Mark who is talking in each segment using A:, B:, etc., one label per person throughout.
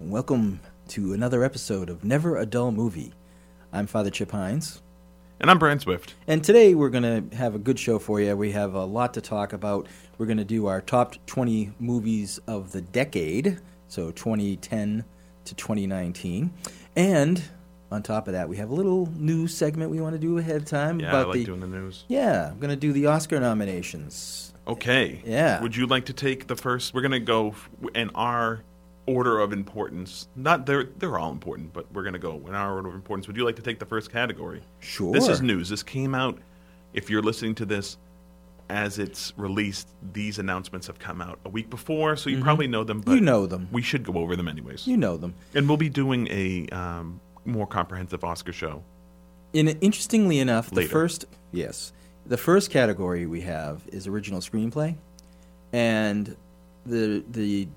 A: Welcome to another episode of Never a Dull Movie. I'm Father Chip Hines,
B: And I'm Brian Swift.
A: and today we're going to have a good show for you. We have a lot to talk about. We're going to do our top 20 movies of the decade, so 2010 to 2019. And on top of that, we have a little new segment we want to do ahead of time
B: Yeah, I
A: about
B: like
A: the
B: doing the news.
A: Yeah, I'm going to do the Oscar nominations.
B: Okay.
A: Yeah.
B: Would you like to take the first? We're gonna go f- in our order of importance. Not they're they're all important, but we're gonna go in our order of importance. Would you like to take the first category?
A: Sure.
B: This is news. This came out. If you're listening to this as it's released, these announcements have come out a week before, so you probably know them. But
A: Mm-hmm. You know them.
B: We should go over them anyways.
A: You know them.
B: and we'll be doing a um, more comprehensive Oscar show.
A: In interestingly enough, the
B: Later.
A: first yes, the first category we have is original screenplay, and the the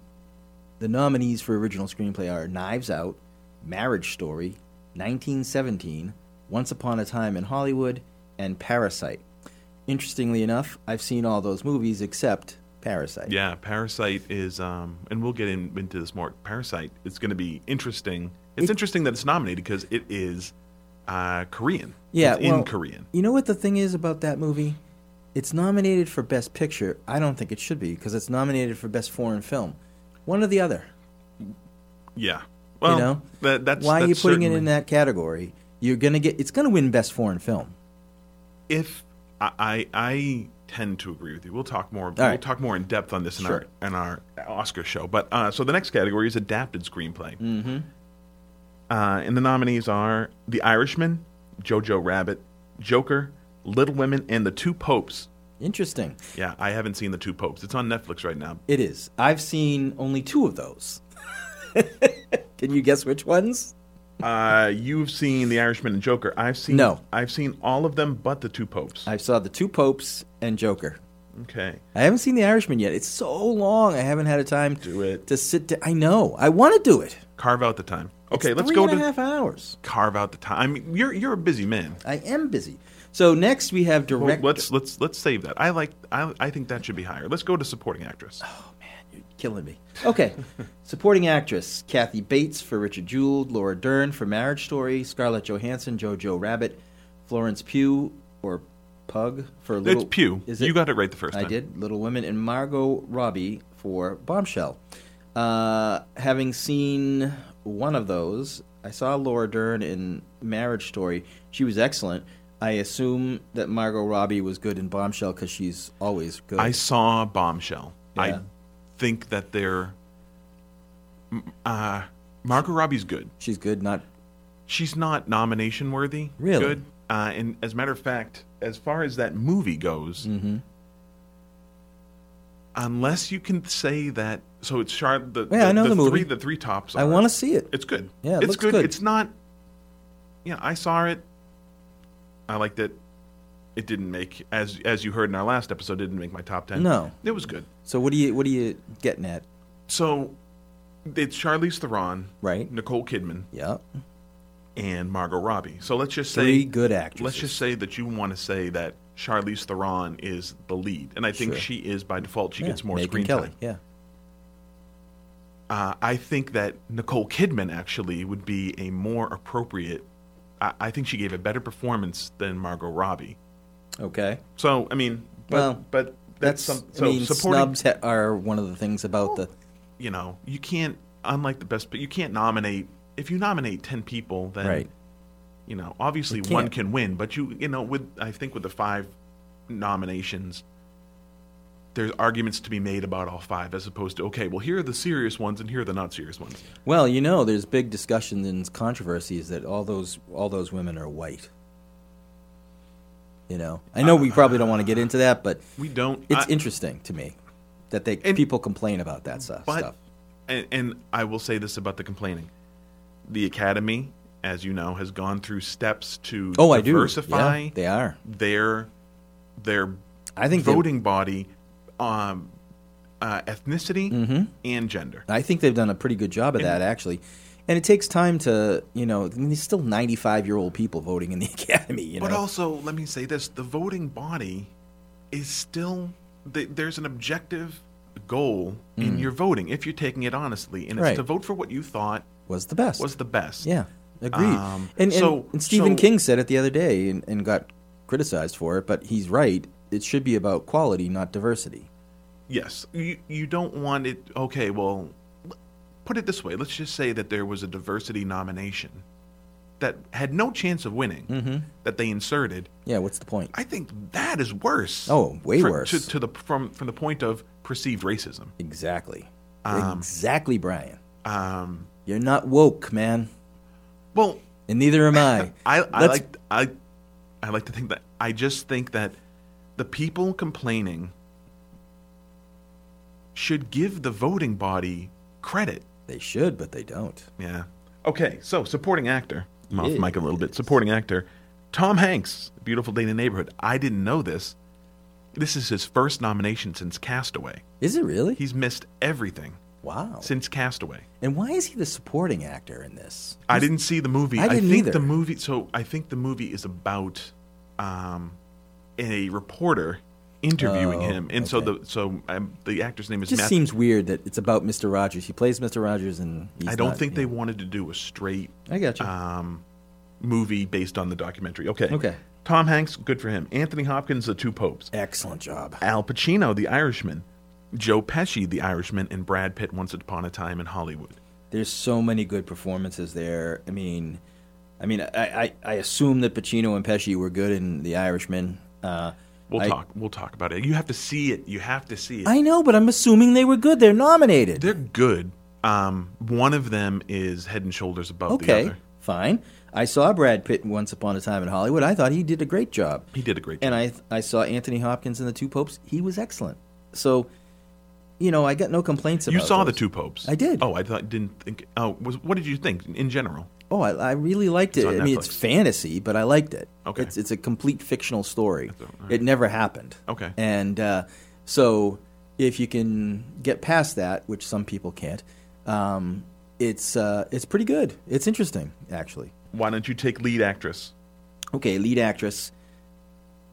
A: the nominees for original screenplay are Knives Out, Marriage Story, 1917, Once Upon a Time in Hollywood, and Parasite. Interestingly enough, I've seen all those movies except Parasite.
B: Yeah, Parasite is, um, and we'll get in, into this more. Parasite is going to be interesting. It's interesting that it's nominated because it is uh, Korean.
A: Yeah,
B: It's
A: well-
B: in Korean.
A: You know what the thing is about that movie? It's nominated for Best Picture. I don't think it should be because it's nominated for Best Foreign Film. One or the other.
B: Yeah. Well,
A: know?
B: that, that's
A: Why are you
B: that's
A: putting it
B: certainly-
A: in that category? You're gonna get. It's gonna win Best Foreign Film.
B: If I, I, I tend to agree with you, we'll talk more. we'll
A: right.
B: talk more in depth on this in
A: Sure.
B: our in our Oscar show. But uh, so the next category is adapted screenplay, mm-hmm. uh, and the nominees are The Irishman, Jojo Rabbit, Joker, Little Women, and The Two Popes.
A: Interesting.
B: Yeah, I haven't seen the two popes. It's on Netflix right now.
A: It is. I've seen only two of those. Can you guess which ones?
B: Uh, you've seen The Irishman and Joker. I've seen
A: No.
B: I've seen all of them but the two popes.
A: I saw the two popes and Joker.
B: Okay,
A: I haven't seen The Irishman yet. It's so long. I haven't had a time
B: do it.
A: to sit. down. I know. I want to do it.
B: Carve out the time. Okay,
A: It's
B: let's
A: three
B: go
A: and
B: to
A: a half hours.
B: carve out the time. I mean, you're you're a busy man.
A: I am busy. So next we have
B: Well,
A: direct.
B: let's let's let's save that. I like I I think that should be higher. Let's go to supporting actress.
A: Oh, You're killing me. Okay. Supporting actress Kathy Bates for Richard Jewell, Laura Dern for Marriage Story, Scarlett Johansson, Jojo Rabbit, Florence Pugh or Pug for Little.
B: it's Pew.
A: Is it?
B: you got it right the first
A: I
B: time.
A: did. Little Women and Margot Robbie for Bombshell. Uh, having seen one of those, I saw Laura Dern in Marriage Story. She was excellent. I assume that Margot Robbie was good in Bombshell because she's always good.
B: I saw Bombshell. I
A: Yeah.
B: think that they're. m- Uh, Margot Robbie's good.
A: she's good, not
B: she's not nomination worthy.
A: Really?
B: Good. Uh, and as a matter of fact, as far as that movie goes,
A: Mm-hmm.
B: unless you can say that, so it's Char- the,
A: Yeah, I know the movie.
B: three the three tops.
A: I
B: are-
A: want to see it.
B: It's good.
A: Yeah, it
B: it's
A: looks good.
B: It's not. Yeah, I saw it. I liked it. It didn't make as as you heard in our last episode. Didn't make my top ten.
A: No.
B: it was good.
A: So what are you what are you getting at?
B: So it's Charlize Theron,
A: Right.
B: Nicole Kidman,
A: Yeah.
B: and Margot Robbie. So let's just say
A: Three good actresses.
B: Let's just say that you want to say that Charlize Theron is the lead, and I think
A: Sure.
B: she is by default. She
A: Yeah,
B: gets more
A: Megyn
B: screen
A: Kelly.
B: time.
A: Yeah.
B: Uh, I think that Nicole Kidman actually would be a more appropriate. I, I think she gave a better performance than Margot Robbie.
A: Okay.
B: So I mean, but,
A: Well,
B: but
A: That's,
B: that's, some, so
A: I mean
B: supporting. Oh.
A: snubs ha- are one of the things about the
B: You know, you can't unlike the best, but you can't nominate. If you nominate ten people, then
A: Right.
B: you know obviously one
A: can't.
B: can win but you you know with i think with the five nominations there's arguments to be made about all five as opposed to okay well here are the serious ones and here are the not serious ones
A: Well, you know, there's big discussions and controversies that all those all those women are white. You know. I know we probably don't want to get into that, but
B: we don't
A: it's
B: I-
A: interesting to me that they
B: And-
A: people complain about that stuff.
B: but
A: stuff.
B: And, and i will say this about the complaining the academy as you know has gone through steps to
A: Oh, I do.
B: diversify
A: Yeah, they are.
B: their their
A: I think they-
B: voting body um uh, ethnicity
A: Mm-hmm.
B: and gender
A: I think they've done a pretty good job of that, actually. And it takes time to, you know, I mean, there's still 95 year old people voting in the academy, you know.
B: But also, let me say this: the voting body is still th- there's an objective goal in your voting if you're taking it honestly, and it's
A: Mm. Right.
B: to vote for what you thought
A: was the best.
B: was the best.
A: yeah, agreed.
B: Um,
A: and, and,
B: so-
A: and Stephen
B: so-
A: King said it the other day and, and got criticized for it, but he's right. It should be about quality, not diversity.
B: Yes. You you don't want it. Okay. Well, l- put it this way. Let's just say that there was a diversity nomination that had no chance of winning
A: Mm-hmm.
B: that they inserted.
A: Yeah, what's the point?
B: I think that is worse.
A: Oh, way
B: fr-
A: worse.
B: To, to the from from the point of perceived racism.
A: Exactly. exactly, Brian.
B: Um.
A: You're not woke, man,
B: Well,
A: and neither am I.
B: I, I
A: Let's-
B: like I I like to think that I just think that the people complaining should give the voting body credit.
A: They should, but they don't.
B: Yeah. Okay, so supporting actor. I'm off
A: Yeah.
B: mic a little bit. Supporting actor. Tom Hanks, Beautiful Day in the Neighborhood. I didn't know this. This is his first nomination since Castaway.
A: Is it really?
B: He's missed everything
A: wow.
B: since Castaway.
A: And why is he the supporting actor in this?
B: I didn't see the movie.
A: I didn't
B: think
A: either.
B: the movie. So I think the movie is about um, a reporter interviewing
A: Oh,
B: him, and so
A: okay.
B: the so um, the actor's name is
A: It just
B: Matthew.
A: seems weird that it's about Mr. Rogers. He plays Mr. Rogers, and he's
B: I don't
A: not-
B: think they
A: yeah.
B: wanted to do a straight
A: I got you.
B: um, movie based on the documentary. Okay.
A: Okay.
B: Tom Hanks, good for him. Anthony Hopkins, The Two Popes.
A: Excellent job.
B: Al Pacino, The Irishman. Joe Pesci, The Irishman, and Brad Pitt, Once Upon a Time in Hollywood.
A: There's so many good performances there. I mean, I mean, I, I, I assume that Pacino and Pesci were good in The Irishman. Uh,
B: We'll
A: I-
B: talk. We'll talk about it. You have to see it. You have to see it.
A: I know, but I'm assuming they were good. They're nominated.
B: They're good. Um, one of them is head and shoulders above
A: okay,
B: the other.
A: fine. I saw Brad Pitt in once upon a time in Hollywood. I thought he did a great job.
B: He did a great
A: and
B: job.
A: I I saw Anthony Hopkins in the Two Popes. He was excellent. So, you know, I got no complaints about.
B: You saw the
A: those.
B: two popes.
A: I did.
B: Oh, I thought, didn't think. Oh, was what did you think in general?
A: Oh, I, I really liked it.
B: on
A: I mean, it's
B: Netflix.
A: fantasy, but I liked it.
B: Okay.
A: it's it's a complete fictional story.
B: all
A: It never happened.
B: Okay.
A: and uh, so if you can get past that, which some people can't, um, it's uh, it's pretty good. It's interesting, actually.
B: Why don't you take lead actress?
A: Okay, lead actress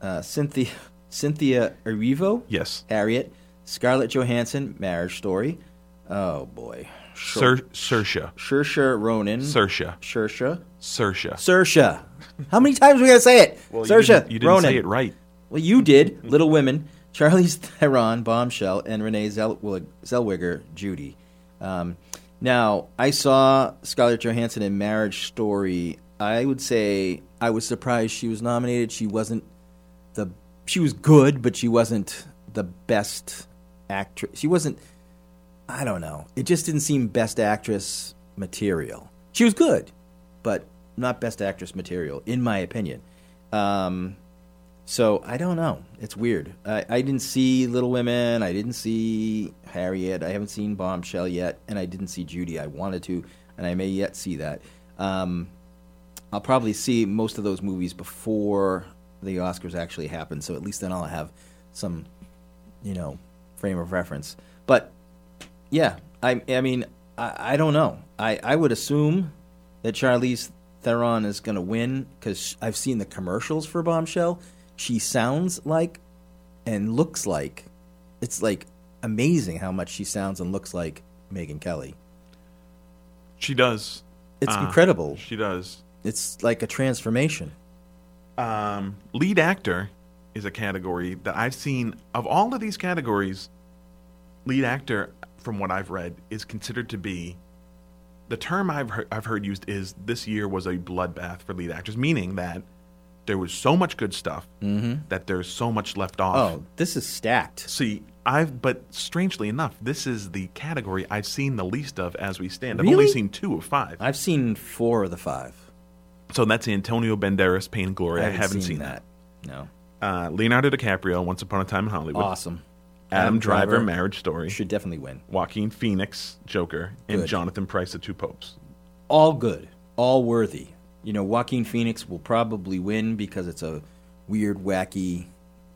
A: uh, Cynthia Cynthia Erivo.
B: Yes.
A: Harriet, Scarlett Johansson, Marriage Story. Oh boy,
B: Sir, Sersha.
A: Saoirse Ronan.
B: Sersha.
A: Saoirse.
B: Sersha.
A: Saoirse. How many times are we gonna say it?
B: Well, you
A: Saoirse
B: didn't, you didn't
A: Ronan.
B: say it right.
A: Well, you did. Little Women, Charlie's Theron, Bombshell, and Renee Zellwig- Zellweger, Judy. Um, now, I saw Scarlett Johansson in Marriage Story. I would say I was surprised she was nominated. She wasn't the she was good, but she wasn't the best actress. She wasn't. I don't know. It just didn't seem best actress material. She was good, but not best actress material, in my opinion. Um, so I don't know. It's weird. I, I didn't see Little Women. I didn't see Harriet. I haven't seen Bombshell yet, and I didn't see Judy. I wanted to, and I may yet see that. Um, I'll probably see most of those movies before the Oscars actually happen, so at least then I'll have some, you know, frame of reference. But yeah, I I mean I, I don't know. I, I would assume that Charlize Theron is going to win because I've seen the commercials for Bombshell. She sounds like and looks like it's like amazing how much she sounds and looks like Megan Kelly.
B: She does.
A: It's
B: Ah.
A: incredible.
B: She does.
A: It's like a transformation.
B: Um, lead actor is a category that I've seen. Of all of these categories, lead actor, from what I've read, is considered to be the term I've heard, I've heard used is this year was a bloodbath for lead actors, meaning that there was so much good stuff that there's so much left off.
A: Oh, this is stacked.
B: See, I've but strangely enough, this is the category I've seen the least of as we stand. I've only
A: Really?
B: seen two of five.
A: I've seen four of the five.
B: So that's Antonio Banderas, Pain and Glory. I haven't, seen, that.
A: No.
B: Uh, Leonardo DiCaprio, Once Upon a Time in Hollywood.
A: Awesome.
B: Adam, Driver, Marriage Story.
A: should definitely win.
B: Joaquin Phoenix, Joker, and
A: Good.
B: Jonathan Price, The Two Popes.
A: all good, all worthy. You know, Joaquin Phoenix will probably win because it's a weird, wacky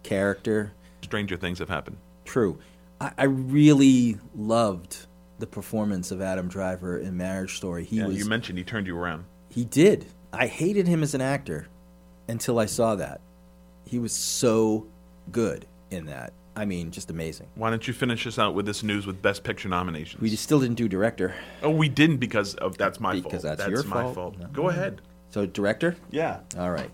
A: character.
B: Stranger things have happened.
A: True. I, I really loved the performance of Adam Driver in Marriage Story. He
B: Yeah,
A: was
B: you mentioned he turned you around.
A: he did. I hated him as an actor until I saw that. He was so good in that. I mean, just amazing.
B: Why don't you finish us out with this news with Best Picture nominations?
A: We just still didn't do director.
B: oh, we didn't because of that's my fault.
A: Because that's your
B: my
A: fault.
B: fault.
A: No.
B: Go ahead.
A: So director,
B: Yeah.
A: all right.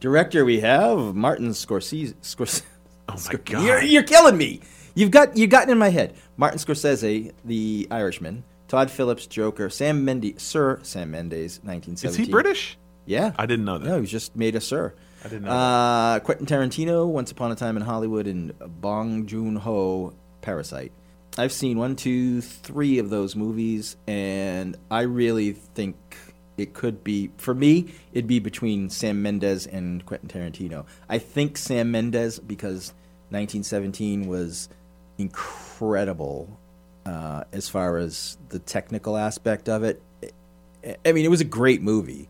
A: Director, we have Martin Scorsese. Scorsese.
B: Oh my God.
A: You're, you're killing me. You've got you've gotten in my head. Martin Scorsese, The Irishman, Todd Phillips, Joker, Sam Mendes, Sir Sam Mendes, 1917.
B: Is he British?
A: Yeah,
B: I didn't know that.
A: No, he was just made a sir.
B: I didn't know
A: Uh, Quentin Tarantino, Once Upon a Time in Hollywood, and Bong Joon Ho, Parasite. I've seen one, two, three of those movies, and I really think it could be for me. It'd be between Sam Mendes and Quentin Tarantino. I think Sam Mendes because 1917 was incredible uh, as far as the technical aspect of it. I- I mean, it was a great movie.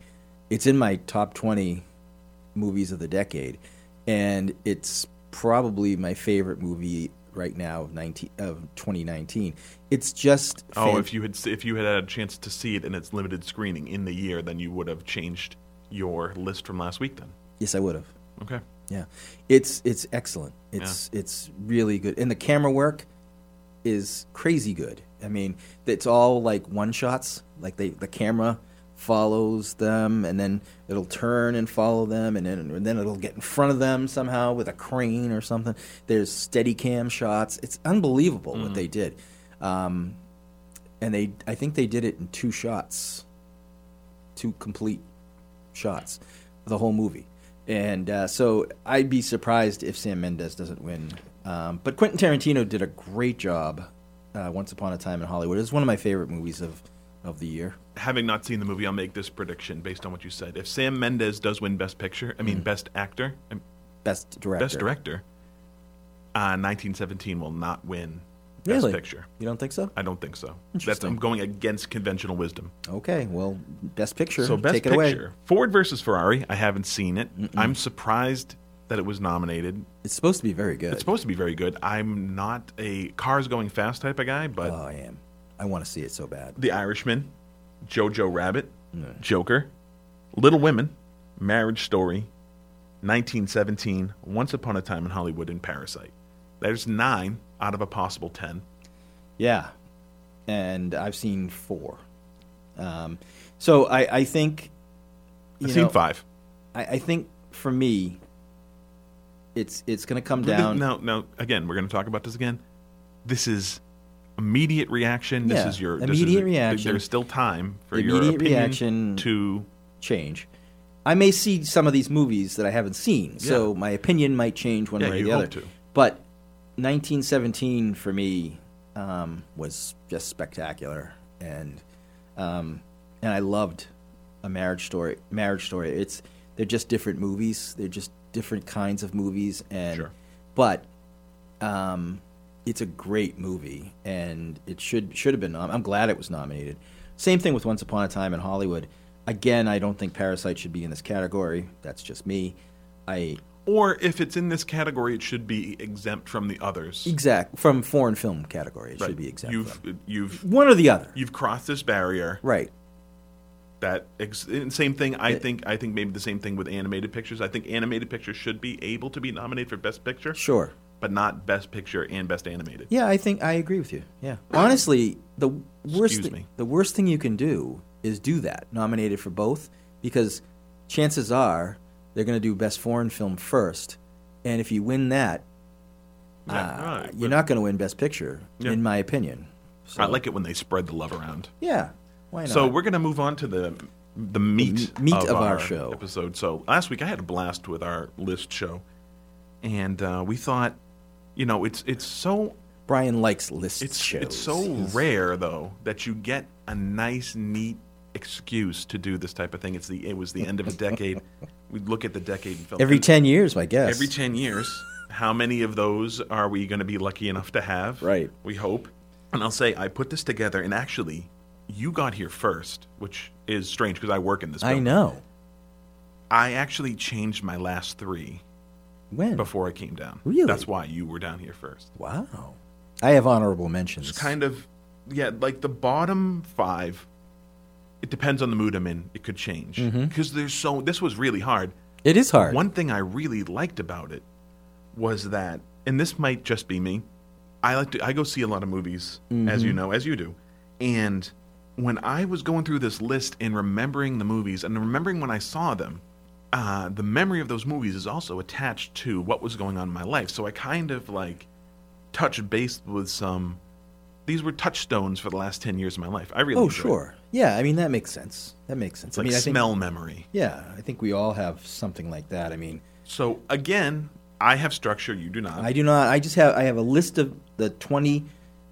A: It's in my top 20 movies of the decade, and it's probably my favorite movie right now of 19 of 2019. It's just
B: Oh,
A: fan-
B: if you had s- if you had had a chance to see it in its limited screening in the year, then you would have changed your list from last week. Then
A: yes, I would have.
B: okay.
A: Yeah, it's it's excellent. It's it's really good, and the camera work is crazy good. I mean, it's all like one shots. Like they the camera follows them, and then it'll turn and follow them, and then and then it'll get in front of them somehow with a crane or something. There's steady cam shots. It's unbelievable what they did, um, and they I think they did it in two shots two complete shots the whole movie. And uh, so I'd be surprised if Sam Mendes doesn't win. Um, but Quentin Tarantino did a great job uh, Once Upon a Time in Hollywood. It's one of my favorite movies of, of the year.
B: Having not seen the movie, I'll make this prediction based on what you said. If Sam Mendes does win Best Picture, I mean
A: Hmm.
B: Best Actor, I mean,
A: Best director.
B: Best Director, uh, 1917 will not win Best
A: Really?
B: Picture.
A: You don't think so?
B: I don't think so. That's,
A: Interesting.
B: I'm going against conventional wisdom.
A: Okay, well, Best Picture.
B: So best
A: Take it
B: picture,
A: away.
B: Ford versus Ferrari. I haven't seen it. I'm surprised that it was nominated.
A: It's supposed to be very good.
B: It's supposed to be very good. I'm not a cars going fast type of guy, but
A: oh, I am. I want to see it so bad.
B: The Irishman, Jojo Rabbit, Joker, Little Women, Marriage Story, 1917, Once Upon a Time in Hollywood, and Parasite. There's nine out of a possible ten.
A: Yeah, and I've seen four. Um, so I, I think. you
B: I've seen
A: know,
B: five.
A: I, I think for me, it's it's going to come
B: Th-
A: down.
B: No, no. Again, we're going to talk about this again. This is immediate reaction. This
A: Yeah,
B: is your This is,
A: immediate reaction.
B: There's still time for your
A: Immediate
B: opinion
A: reaction.
B: to.
A: Change. I may see some of these movies that I haven't seen, so
B: Yeah.
A: my opinion might change one
B: Yeah,
A: way or
B: you
A: the
B: hope
A: other.
B: to.
A: But 1917 for me um, was just spectacular, and um, and I loved a marriage story. Marriage story. It's they're just different movies. They're just different kinds of movies, and
B: Sure.
A: but um, it's a great movie, and it should should have been. Nom- I'm glad it was nominated. Same thing with Once Upon a Time in Hollywood. Again, I don't think Parasite should be in this category. That's just me. I
B: Or if it's in this category, it should be exempt from the others.
A: exact from foreign film category. It
B: Right.
A: should be exempt.
B: You've
A: from.
B: you've
A: one or the other.
B: you've crossed this barrier.
A: Right.
B: That ex- and same thing. I think I think maybe the same thing with animated pictures. I think animated pictures should be able to be nominated for best picture,
A: Sure.
B: but not best picture and best animated.
A: Yeah, I think I agree with you. Yeah. Honestly, the worst
B: Excuse
A: thing
B: me.
A: the worst thing you can do is do that, nominated for both, because chances are they're going to do best foreign film first, and if you win that,
B: Yeah,
A: uh,
B: right,
A: you're
B: but
A: not going to win best picture,
B: Yeah.
A: in my opinion. So,
B: I like it when they spread the love around.
A: yeah, why not?
B: So we're going to move on to the the meat
A: meat of our show.
B: episode. So last week I had a blast with our list show, and uh, we thought, you know, it's it's so
A: Brian likes list
B: it's
A: shows.
B: it's so rare though that you get a nice neat excuse to do this type of thing. It's the it was the end of a decade. we look at the decade and film
A: every ten years, I guess.
B: every 10 years how many of those are we going to be lucky enough to have
A: Right.
B: we hope and i'll say i put this together and actually you got here first which is strange because i work in this
A: I
B: building.
A: know.
B: i actually changed my last three
A: When?
B: before i came down
A: Really?
B: that's why you were down here first
A: Wow. I have honorable mentions.
B: it's kind of yeah like the bottom five it depends on the mood i'm in it could change
A: Mm-hmm.
B: because there's so this was really hard
A: it is hard.
B: One thing I really liked about it was that, and this might just be me. I like to I go see a lot of movies, as
A: Mm-hmm.
B: you know, as you do, and when I was going through this list and remembering the movies and remembering when I saw them, uh, the memory of those movies is also attached to what was going on in my life. So I kind of like touched base with some. These were touchstones for the last ten years of my life. I really
A: Oh,
B: enjoyed it.
A: sure. Yeah, I mean that makes sense. That makes sense.
B: It's like
A: I mean, I think,
B: smell memory.
A: yeah, I think we all have something like that. I mean,
B: So again, I have structure. You do not.
A: I do not. I just have. I have a list of the twenty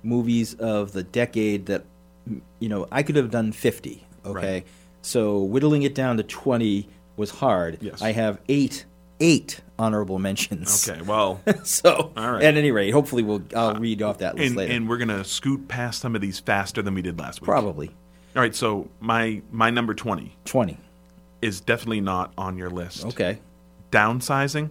A: movies of the decade that m- you know I could have done fifty. Okay,
B: Right.
A: so whittling it down to twenty was hard.
B: Yes.
A: I have eight, eight honorable mentions.
B: okay. Well,
A: so
B: All right. Uh,
A: at any rate, hopefully we'll I'll read off that list
B: and,
A: later.
B: and we're gonna scoot past some of these faster than we did last week.
A: Probably
B: All right. So my my number twenty
A: twenty.
B: is definitely not on your list.
A: Okay,
B: Downsizing.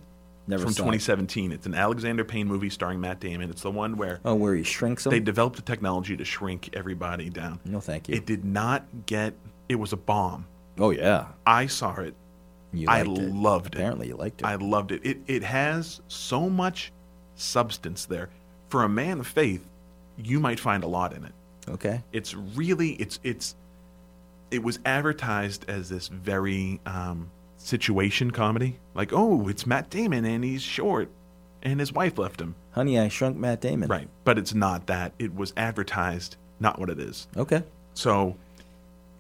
A: Never
B: from
A: saw it.
B: 2017. It's an Alexander Payne movie starring Matt Damon. It's the one where
A: oh, where he shrinks them.
B: they developed a technology to shrink everybody down.
A: no, thank you.
B: It did not get. It was a bomb.
A: oh yeah,
B: I saw it.
A: you
B: I
A: liked it.
B: loved it.
A: Apparently, you liked it.
B: I loved it. It it has so much substance there. For a man of faith, you might find a lot in it.
A: okay.
B: It's really it's it's it was advertised as this very um, situation comedy. Like, oh, it's Matt Damon and he's short and his wife left him.
A: Honey, I shrunk Matt Damon.
B: Right. But it's not that. It was advertised, not what it is.
A: Okay.
B: So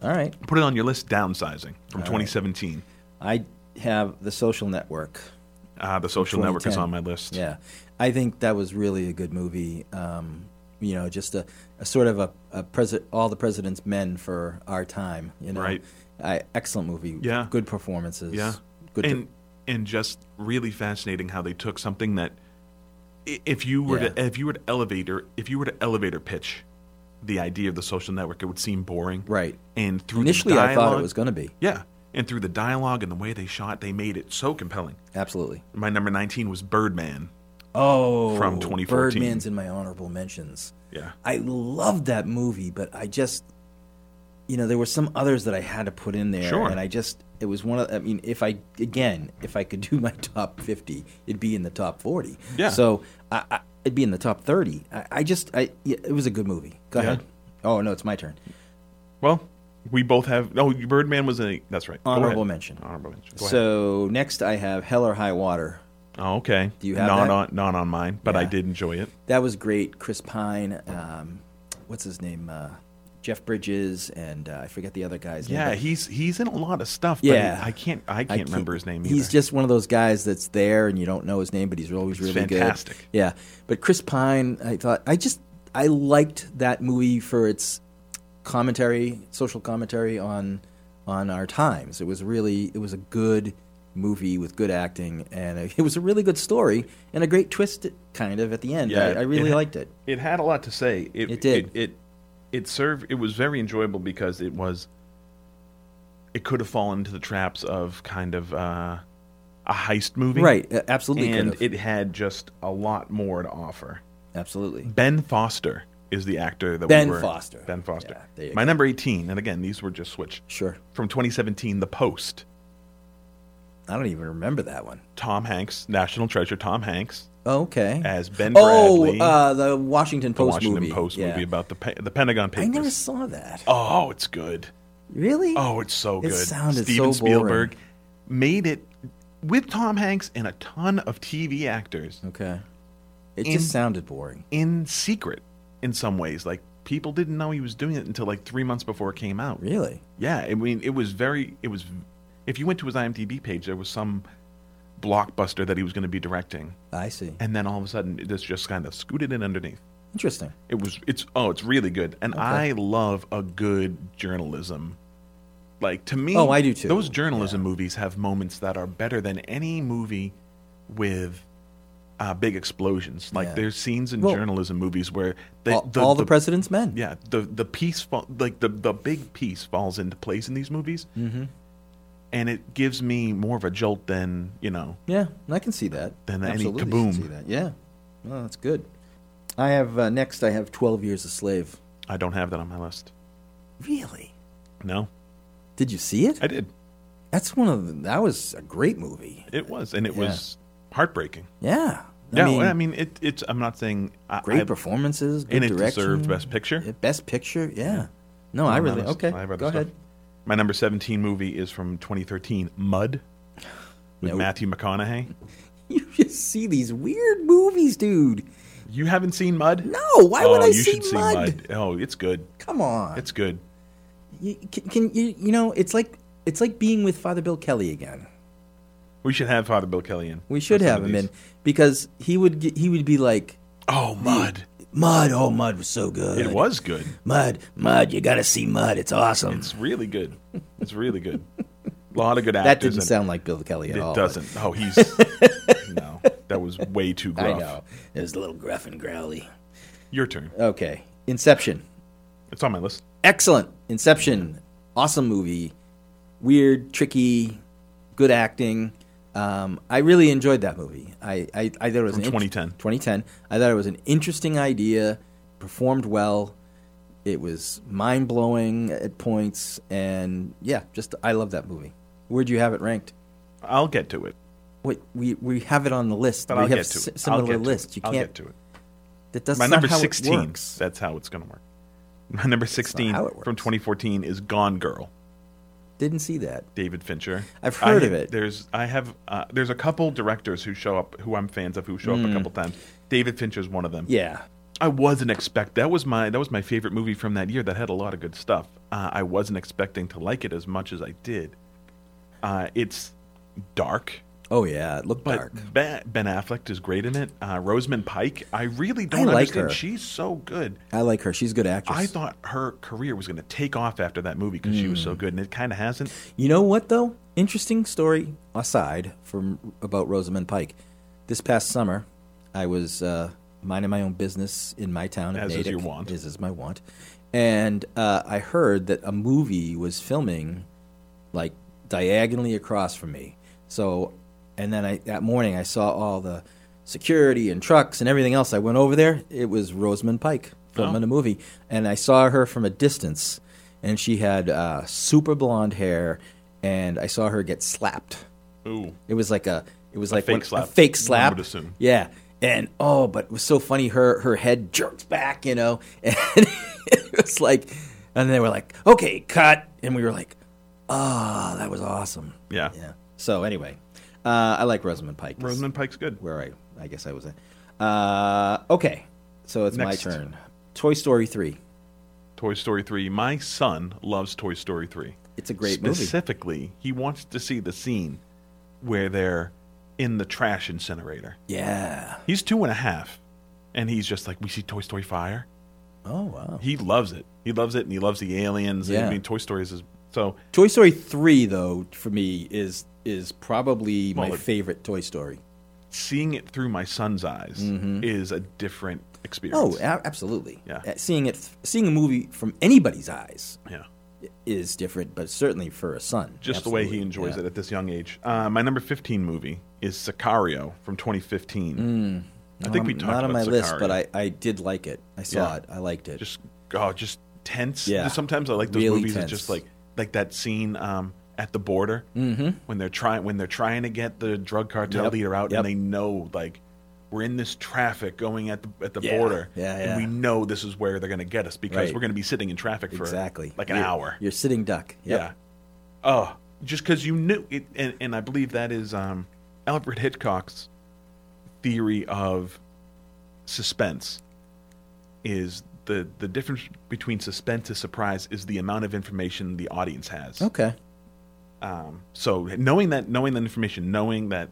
A: All right.
B: put it on your list downsizing from 2017.
A: I have the social network.
B: Uh, the social network is
A: 2010.
B: on my list.
A: Yeah, I think that was really a good movie. Um, you know, just a, a sort of a, a presi- all the president's men for our time. You know,
B: Right.
A: I, excellent movie.
B: Yeah.
A: good performances.
B: Yeah.
A: good.
B: and and just really fascinating how they took something that i- if you were to
A: Yeah.
B: if you were to elevator if you were to elevator pitch the idea of the social network, it would seem boring.
A: right.
B: And through
A: Initially,
B: the
A: I
B: dialogue,
A: thought it was going to be
B: yeah. And through the dialogue and the way they shot, they made it so compelling.
A: absolutely.
B: My number 19 was Birdman.
A: Oh,
B: From 2014.
A: Birdman's in my honorable mentions.
B: Yeah.
A: I loved that movie, but I just, you know, there were some others that I had to put in there,
B: Sure.
A: and I just, it was one of. I mean, if I again, if I could do my top fifty, it'd be in the top forty.
B: Yeah.
A: So I, I it'd be in the top thirty. I, I just, I, yeah, it was a good movie. Go
B: Yeah.
A: ahead. Oh no, it's my turn.
B: Well, we both have. Oh, Birdman was a. That's right. Go
A: Honorable
B: ahead.
A: mention.
B: Honorable mention. Go ahead.
A: So next, I have Hell or High Water.
B: Oh, okay.
A: Do you have
B: not
A: that?
B: on not on mine, but I
A: Yeah.
B: did enjoy it.
A: That was great. Chris Pine, um, what's his name? Uh, Jeff Bridges, and uh, I forget the other guy's name.
B: Yeah,
A: but
B: he's he's in a lot of stuff. But
A: Yeah.
B: I can't I can't,
A: I
B: remember his name. Either.
A: He's just one of those guys that's there and you don't know his name, but he's always really good.
B: fantastic.
A: Yeah, but Chris Pine, I thought I just I liked that movie for its commentary, social commentary on on our times. It was really it was a good movie with good acting, and it was a really good story and a great twist kind of at the end.
B: Yeah,
A: I, I really
B: it-
A: liked it.
B: it had a lot to say. It,
A: It did.
B: It, it it served. It was very enjoyable because it was. It could have fallen into the traps of kind of uh, a heist movie,
A: Right, uh, absolutely,
B: And
A: could have.
B: it had just a lot more to offer.
A: absolutely.
B: Ben Foster is the actor that
A: Ben
B: we were.
A: Foster.
B: Ben Foster.
A: Yeah, there you
B: My number 18, and again, these were just switched
A: Sure,
B: from 2017. The Post.
A: I don't even remember that one.
B: Tom Hanks, National Treasure. Tom Hanks
A: Okay.
B: as Ben
A: oh,
B: Bradley,
A: uh, the Washington
B: the
A: Post
B: Washington
A: movie.
B: Post
A: Yeah.
B: movie about the pe- the
A: I
B: Pentagon Papers.
A: never saw that.
B: Oh, it's good.
A: Really?
B: Oh, it's so
A: It
B: good.
A: sounded
B: Steven
A: so boring.
B: Spielberg made it with Tom Hanks and a ton of TV actors
A: Okay. It
B: In-
A: just sounded boring.
B: in secret in some ways. Like people didn't know he was doing it until like three months before it came out.
A: Really?
B: Yeah, I mean, it was very. It was. If you went to his IMDb page, there was some blockbuster that he was going to be directing,
A: I see.
B: and then all of a sudden, this just kind of scooted in underneath.
A: Interesting.
B: It was. It's. Oh, it's really good, and I love a good journalism. Like to me,
A: Oh, I do too.
B: Those journalism movies have moments that are better than any movie with uh, big explosions. Like
A: Yeah.
B: there's scenes in
A: Well-
B: journalism movies where the,
A: all all the, president's men.
B: yeah, the the piece fa- like the the big piece falls into place in these movies, mm-hmm. and it gives me more of a jolt than you know.
A: Yeah, and I can see that.
B: Then any
A: Absolutely can
B: kaboom.
A: see that. Yeah. Well, that's good. I have uh, next. I have Twelve Years a Slave.
B: I don't have that on my list.
A: Really?
B: No,
A: Did you see it?
B: I did.
A: That's one of the, that was a great movie.
B: It was, and it
A: Yeah.
B: was heartbreaking.
A: Yeah.
B: Yeah, well, I mean, it, it's. I'm not saying I,
A: great
B: I-
A: performances, good
B: and it
A: direction.
B: deserved Best Picture.
A: Yeah, Best picture, yeah. No, I
B: I'm
A: really
B: honest.
A: okay.
B: I have other
A: go
B: stuff.
A: ahead.
B: My number 17 movie is from 2013, Mud, with
A: No.
B: Matthew McConaughey.
A: You just see these weird movies, dude.
B: You haven't seen Mud?
A: No, why would
B: Oh,
A: I
B: you
A: see
B: should see
A: mud?
B: Mud. Oh, it's good.
A: Come on.
B: It's good.
A: You, can, can you you know it's like it's like being with Father Bill Kelly again.
B: We should have Father Bill Kelly in.
A: We should
B: on some
A: have
B: of
A: him
B: these.
A: in because he would get, he would be like
B: Oh, Mud.
A: Mud. Oh, Mud was so good.
B: It was good.
A: Mud, Mud. You got to see Mud. It's awesome.
B: It's really good. It's really good. A lot of good actors.
A: that didn't
B: in it.
A: sound like Bill Kelly at
B: It
A: all. but
B: doesn't. Oh, he's no. That was way too
A: I
B: gruff.
A: know. It was a little gruff and growly.
B: Your turn.
A: Okay, Inception.
B: It's on my list.
A: excellent inception awesome movie weird tricky good acting um, i really enjoyed that movie i, I, I thought it was
B: From
A: an int-
B: 2010.
A: 2010 i thought it was an interesting idea performed well it was mind-blowing at points and yeah just i love that movie where'd you have it ranked
B: I'll get to it.
A: Wait, we, we have it on the list.
B: But
A: we
B: I'll
A: have
B: get to
A: s-
B: it. I'll
A: similar
B: get to
A: list.
B: It.
A: You
B: I'll
A: can't.
B: get to it.
A: That does
B: My
A: not
B: number
A: how it
B: 16.
A: works.
B: That's how it's going to work. My number 16
A: how it
B: from
A: works.
B: 2014 is Gone Girl.
A: Didn't see that.
B: David Fincher.
A: I've heard
B: I-
A: of it.
B: There's I have uh, there's a couple directors who show up who I'm fans of who show up a couple times. David Fincher's one of them.
A: Hmm. Yeah.
B: I wasn't expect that was my that was my favorite movie from that year that had a lot of good stuff. Uh, I wasn't expecting to like it as much as I did. Uh, it's dark,
A: Oh yeah. It looked
B: but
A: dark.
B: Ben, ben Affleck is great in it. Uh, Rosamund Pike, I really don't
A: like
B: understand.
A: her.
B: She's so good.
A: I like her. She's a good actress.
B: I thought her career was going to take off after that movie because she was
A: Mm.
B: so good, and it kind of hasn't.
A: You know what though? Interesting story aside from about Rosamund Pike. This past summer, I was uh, minding my own business in my town. of
B: As is
A: Natick,
B: your wont.
A: As is my want. And uh, I heard that a movie was filming, like diagonally across from me. So, and then I that morning I saw all the security and trucks and everything else. I went over there. It was Rosamund Pike filming
B: Oh.
A: a movie, and I saw her from a distance, and she had uh, super blonde hair, and I saw her get slapped.
B: Ooh,
A: It was like a it was like
B: fake
A: one-
B: slap,
A: A fake
B: one
A: slap.
B: would assume.
A: Yeah. And oh, but it was so funny. Her her head jerked back, you know, and it was like, and they were like, okay, cut, and we were like, ah, that was awesome.
B: yeah.
A: Yeah. So anyway, uh, I like Rosamund Pike. is
B: Rosamund Pike's good.
A: Where I I guess I was at. Uh, okay, so it's
B: Next.
A: my turn. Toy Story three.
B: Toy Story 3. My son loves Toy Story 3.
A: It's a great movie.
B: Specifically, he wants to see the scene where they're in the trash incinerator.
A: Yeah.
B: He's two and a half, and he's just like, We see Toy Story Fire.
A: Oh wow.
B: He loves it. He loves it, and he loves the aliens. and I
A: Yeah.
B: mean, Toy Story is his. So,
A: Toy Story three though for me is is probably my
B: Well, it-
A: favorite Toy Story.
B: seeing it through my son's eyes is a different experience.
A: Mm-hmm. Oh, a- absolutely.
B: Yeah.
A: Uh, Seeing it, seeing a movie from anybody's eyes
B: yeah.
A: is different, but certainly for a son,
B: Just the way he
A: absolutely.
B: enjoys
A: Yeah.
B: it at this young age. Uh, my number 15 movie is Sicario from 2015. I
A: Mm.
B: think
A: Not
B: we
A: on-
B: talked
A: not on my
B: about
A: list,
B: Sicario.
A: but I, I did like it. I saw
B: Yeah.
A: it. I liked it.
B: just oh, just tense.
A: Yeah.
B: Sometimes I like those
A: Really
B: movies. that
A: tense.
B: just like like that scene um, at the border mm-hmm. when they're trying when they're trying to get the drug cartel
A: Yep.
B: leader out,
A: Yep.
B: and they know like we're in this traffic going at the at the
A: Yeah.
B: border,
A: Yeah,
B: and
A: yeah.
B: we know this is where they're going to get us because
A: Right.
B: we're going to be sitting in traffic for
A: exactly.
B: like an
A: You're-
B: hour.
A: You're sitting duck. Yep.
B: Yeah. Oh, just because you knew it, and, and I believe that is um, Alfred Hitchcock's theory of suspense is the the difference between suspense and surprise is the amount of information the audience has.
A: Okay.
B: Um, so knowing that, knowing that information, knowing that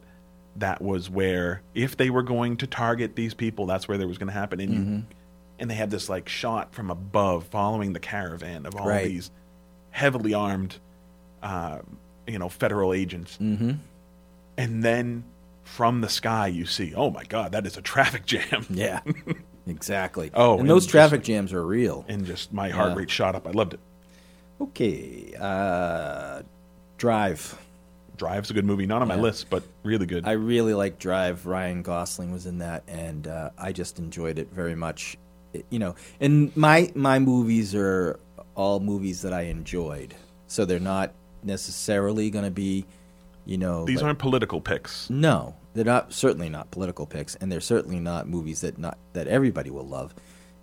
B: that was where, if they were going to target these people, that's where there was going to happen. And
A: Mm-hmm.
B: you, and they had this like shot from above, following the caravan of all
A: Right.
B: these heavily armed, uh, you know, federal agents. Mm-hmm. And then from the sky, you see, oh my God, that is a traffic jam.
A: Yeah. exactly.
B: Oh,
A: and
B: and
A: those
B: just-
A: traffic jams are real.
B: And just my heart
A: Yeah.
B: rate shot up. I loved it.
A: Okay. Uh, Drive.
B: Drive's a good movie, not on my list, but really good.
A: I really like Drive. Ryan Gosling was in that, and uh, I just enjoyed it very much. It- you know, and my my movies are all movies that I enjoyed, so they're not necessarily going to be You know,
B: These
A: but-
B: aren't political picks.
A: No, they're not. Certainly not political picks, and they're certainly not movies that not that everybody will love.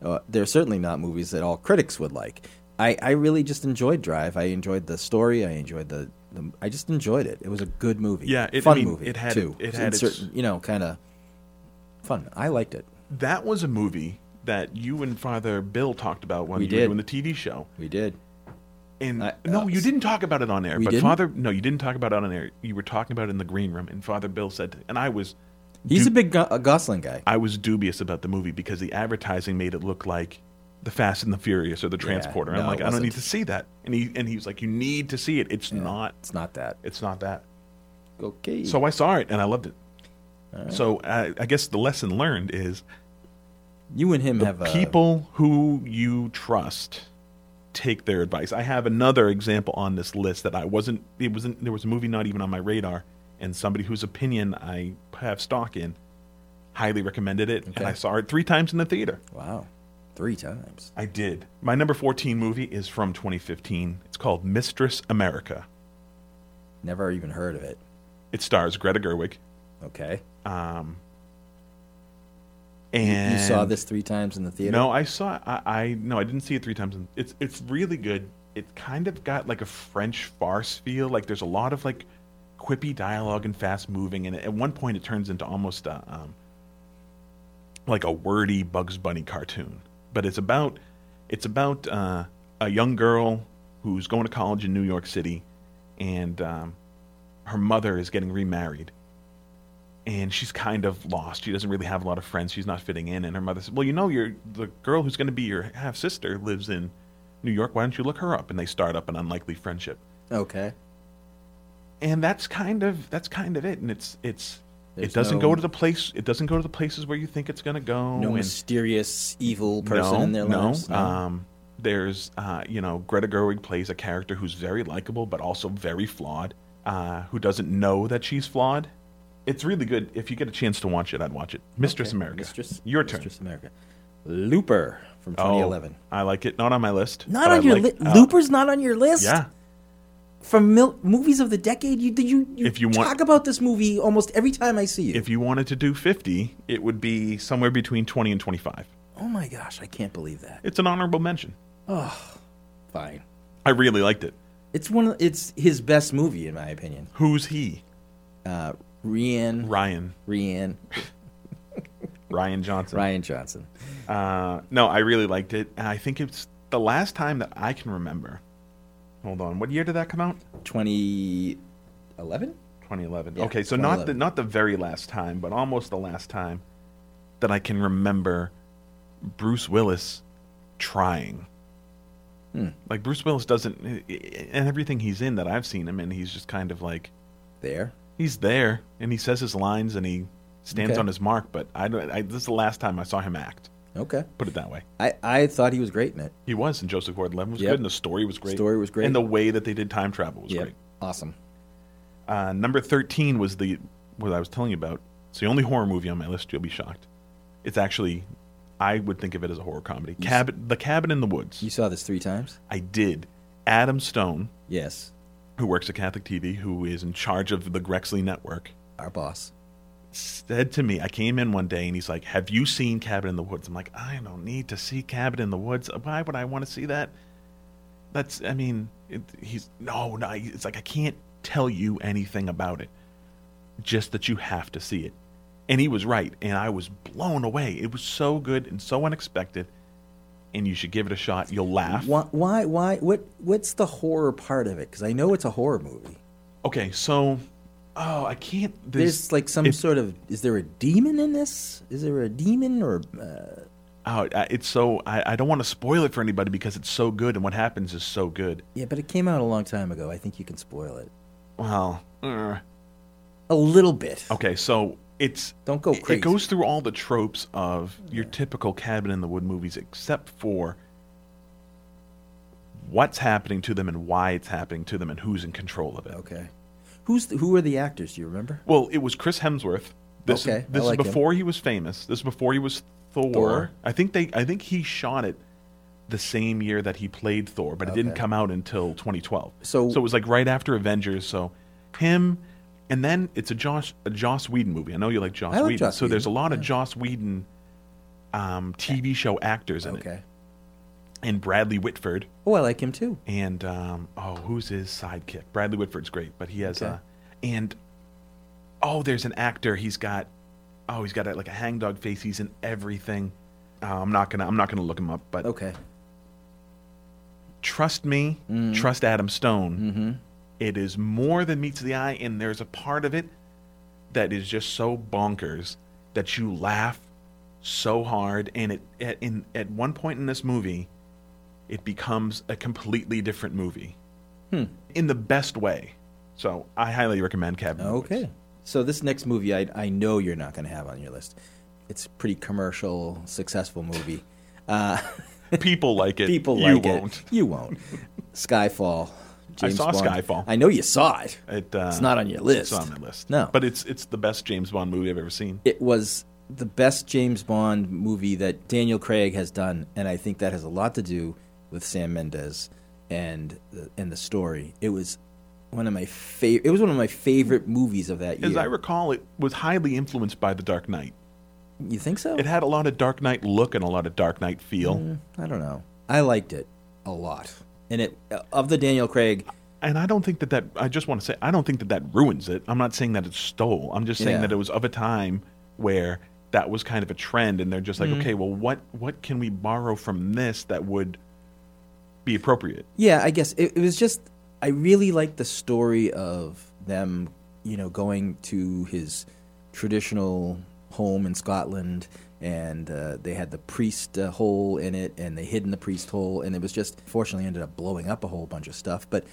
A: Uh, they're certainly not movies that all critics would like. I, I really just enjoyed Drive. I enjoyed the story. I enjoyed the, the. I just enjoyed it. It was a good movie.
B: Yeah, it- I
A: fun
B: mean,
A: movie.
B: it had-
A: too.
B: it
A: In
B: had its-
A: certain, you know, kind of fun. I liked it.
B: That was a movie that you and Father Bill talked about when
A: We
B: you
A: did.
B: were doing the TV show.
A: We did.
B: And
A: I-
B: no,
A: uh,
B: you didn't talk about it on air.
A: we
B: but
A: didn't?
B: Father, no, you didn't talk about it on air. You were talking about it in the green room, and Father Bill said, and I was,
A: He's a big go- a Gosling guy.
B: I was dubious about the movie because the advertising made it look like the Fast and the Furious or the Transporter. I'm
A: no,
B: like,
A: it
B: I don't
A: wasn't.
B: need to see that. And he and he was like, you need to see it. It's not.
A: It's not that.
B: It's not that.
A: Okay.
B: So I saw it and I loved it. So uh, I, I guess the lesson learned is
A: you and him have uh, a,
B: people who you trust take their advice. I have another example on this list that I wasn't it wasn't there was a movie not even on my radar and somebody whose opinion I have stock in highly recommended it and
A: Okay.
B: I saw it 3 times in the theater.
A: Wow, three times.
B: I did. My number 14 movie is from 2015. It's called Mistress America.
A: Never even heard of it.
B: It stars Greta Gerwig
A: Okay.
B: and
A: you saw this three times in the theater.
B: No, I saw. I, I no, I didn't see it three times. It's it's really good. It kind of got like a French farce feel. Like there's a lot of like quippy dialogue and fast moving, and at one point it turns into almost a, um, like a wordy Bugs Bunny cartoon. But it's about it's about uh, a young girl who's going to college in New York City, and um, her mother is getting remarried, and she's kind of lost. She doesn't really have a lot of friends. She's not fitting in. And her mother says, "Well, you know, your the girl who's going to be your half sister lives in New York. Why don't you look her up?" And they start up an unlikely friendship.
A: Okay.
B: And that's kind of that's kind of it. And it's it's
A: There's
B: it doesn't
A: no-
B: go to the place. It doesn't go to the places where you think it's going to go.
A: No
B: and
A: mysterious evil person
B: no,
A: in their
B: no.
A: lives.
B: Um, there's uh, you know Greta Gerwig plays a character who's very likable but also very flawed, uh, who doesn't know that she's flawed. It's really good. If you get a chance to watch it, I'd watch it. Mistress
A: Okay.
B: America.
A: Mistress,
B: Your turn.
A: Mistress America. Looper from
B: Oh,
A: 2011.
B: I like it. Not on my list.
A: Not
B: but
A: on
B: I
A: your
B: like-
A: list.
B: uh,
A: Looper's not on your list.
B: Yeah.
A: From mil- movies of the decade, you did you, you
B: If you
A: talk
B: want-
A: about this movie almost every time I see you.
B: If you wanted to do 50, it would be somewhere between 20 and 25.
A: oh my gosh, I can't believe that.
B: It's an honorable mention.
A: Fine.
B: I really liked it.
A: It's one. Of, it's his best movie in my opinion.
B: Who's he?
A: Uh, Rian,
B: Ryan.
A: Rian,
B: Ryan Johnson.
A: Ryan Johnson.
B: Uh, no, I really liked it. And I think it's the last time that I can remember. Hold on. What year did that come out?
A: 2011.
B: 2011.
A: Yeah,
B: okay, so not the
A: 2011.
B: not the very last time, but almost the last time that I can remember Bruce Willis trying.
A: Hmm.
B: Like Bruce Willis doesn't and everything he's in that I've seen him in, he's just kind of like
A: There.
B: he's there and he says his lines and he stands
A: Okay.
B: on his mark, but I don't I, this is the last time I saw him act.
A: Okay.
B: Put it that way.
A: I, I thought he was great in it.
B: He was, and Joseph Gordon-Levitt was
A: Yep.
B: good, and the story was great.
A: Story was great.
B: and the way that they did time travel was
A: Yeah.
B: great.
A: Awesome.
B: Uh, number thirteen was the what I was telling you about. It's the only horror movie on my list. You'll be shocked. It's actually, I would think of it as a horror comedy. Cabin, The Cabin in the Woods.
A: You saw this three times?
B: I did. Adam Stone,
A: Yes.
B: who works at Catholic TV, who is in charge of the Grexley Network,
A: Our boss.
B: said to me, I came in one day and he's like, Have you seen Cabin in the Woods? I'm like, I don't need to see Cabin in the Woods. Why would I want to see that? That's, I mean, it, he's, no, no. It's like, I can't tell you anything about it, just that you have to see it. And he was right. And I was blown away. It was so good and so unexpected. And you should give it a shot. You'll laugh.
A: Why? Why? why what? What's the horror part of it? Because I know it's a horror movie.
B: Okay, so, oh, I can't.
A: There's like some
B: if-
A: sort of. Is there a demon in this? Is there a demon or? Uh,
B: Oh, I- it's so I, I don't want to spoil it for anybody because it's so good and what happens is so good.
A: yeah, but it came out a long time ago. I think you can spoil it
B: Well, uh,
A: a little bit.
B: okay, so it's
A: Don't go
B: it-
A: crazy.
B: It goes through all the tropes of your typical cabin in the wood movies, except for what's happening to them and why it's happening to them and who's in control of it.
A: Okay. Who's the, who are the actors? Do you remember?
B: Well, it was Chris Hemsworth. This
A: Okay, I
B: this
A: like
B: is
A: him.
B: before he was famous. This is before he was Thor.
A: Thor.
B: I think they I think he shot it the same year that he played Thor, but it didn't
A: Okay.
B: come out until 2012.
A: So-
B: so it was like right after Avengers, so him And then it's a Josh a Joss Whedon movie. I know you like Joss
A: I like
B: Whedon.
A: Joss
B: so there's a
A: Whedon,
B: lot of Joss Whedon um, TV show actors in it.
A: Okay.
B: And Bradley Whitford
A: Oh, I like him too.
B: and um, oh, who's his sidekick? Bradley Whitford's great, but he has
A: Okay.
B: uh and oh, there's an actor. He's got oh, he's got a, like a hangdog face. He's in everything. Uh, I'm not gonna I'm not gonna look him up, but
A: Okay.
B: trust me,
A: Mm-hmm.
B: trust Adam Stone. It is more than meets the eye, and there's a part of it that is just so bonkers that you laugh so hard. And it at, in at one point in this movie, it becomes a completely different movie
A: Hmm.
B: in the best way. So I highly recommend Cabin. Boys.
A: Okay. So this next movie, I I know you're not going to have on your list. It's a pretty commercial, successful movie. Uh,
B: people like it.
A: people
B: you
A: like
B: won't.
A: it. You won't. Skyfall. James
B: saw
A: Bond.
B: Skyfall.
A: I know you saw it.
B: It, uh,
A: It's not on your list.
B: It's on my list.
A: No.
B: but it's it's the best James Bond movie I've ever seen.
A: it was the best James Bond movie that Daniel Craig has done, and I think that has a lot to do with Sam Mendes and the, and the story. It was one of my favorite. It was one of my favorite movies of that
B: As
A: year.
B: I recall, it was highly influenced by The Dark Knight.
A: you think so?
B: It had a lot of Dark Knight look and a lot of Dark Knight feel.
A: I don't know. I liked it a lot, and it of the Daniel Craig.
B: And I don't think that that, I just want to say, I don't think that that ruins it. I'm not saying that it stole. I'm just saying
A: Yeah.
B: that it was of a time where that was kind of a trend and they're just
A: Mm-hmm.
B: like, okay, well, what, what can we borrow from this that would be appropriate?
A: Yeah, I guess it, it was just I really liked the story of them, you know, going to his traditional home in Scotland, and uh, they had the priest uh, hole in it, and they hid in the priest hole, and it was just fortunately ended up blowing up a whole bunch of stuff, but.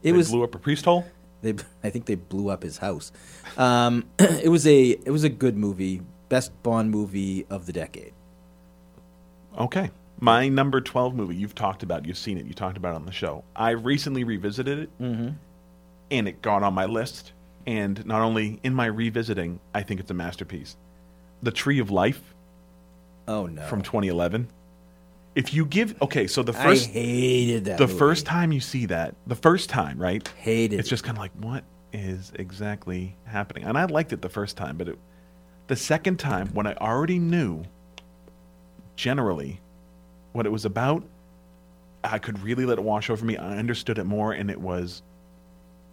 A: It
B: They
A: was
B: blew up a priest hole.
A: they, I think they blew up his house. Um, it was a it was a good movie, best Bond movie of the decade.
B: Okay. My number 12 movie, you've talked about, you've seen it, you talked about it on the show. I recently revisited it
A: Mm-hmm.
B: and it got on my list. And not only in my revisiting, I think it's a masterpiece. The Tree of Life
A: Oh no!
B: from 2011. If you give okay, so the
A: I
B: first
A: hated that.
B: the
A: movie.
B: first time you see that, the first time, right?
A: hated.
B: It's just kind of like what is exactly happening? And I liked it the first time, but it, the second time when I already knew generally what it was about, I could really let it wash over me. I understood it more and it was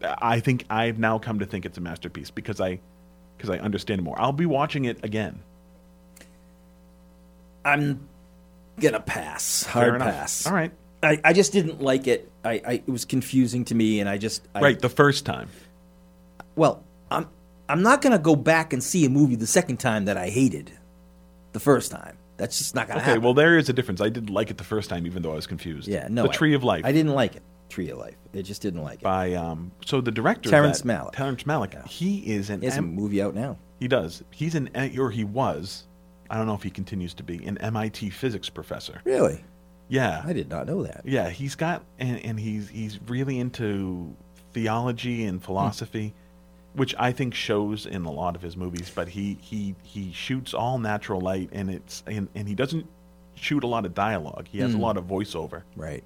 B: I think I've now come to think it's a masterpiece because I because I understand it more. I'll be watching it again.
A: I'm gonna pass.
B: Fair
A: Hard
B: enough.
A: pass.
B: All right.
A: I, I just didn't like it. I, I it was confusing to me, and I just I,
B: right, the first time.
A: Well, I'm I'm not gonna go back and see a movie the second time that I hated the first time. That's just not gonna
B: Okay,
A: happen.
B: well, there is a difference. I did like it the first time, even though I was confused.
A: yeah, no.
B: The
A: I-
B: Tree of Life
A: I didn't like it. Tree of Life. I just didn't like it.
B: by um. So the director, of
A: Terrence
B: that-
A: Malick.
B: Terrence Malick. He is an
A: He has a
B: M-
A: movie out now.
B: he does. He's an or he was. I don't know if he continues to be an MIT physics professor.
A: Really?
B: Yeah,
A: I did not know that.
B: yeah. He's got and, and he's he's really into theology and
A: Hmm.
B: philosophy, which I think shows in a lot of his movies. But he he he shoots all natural light, and it's and, and he doesn't shoot a lot of dialogue. He has
A: Hmm.
B: a lot of voiceover.
A: Right.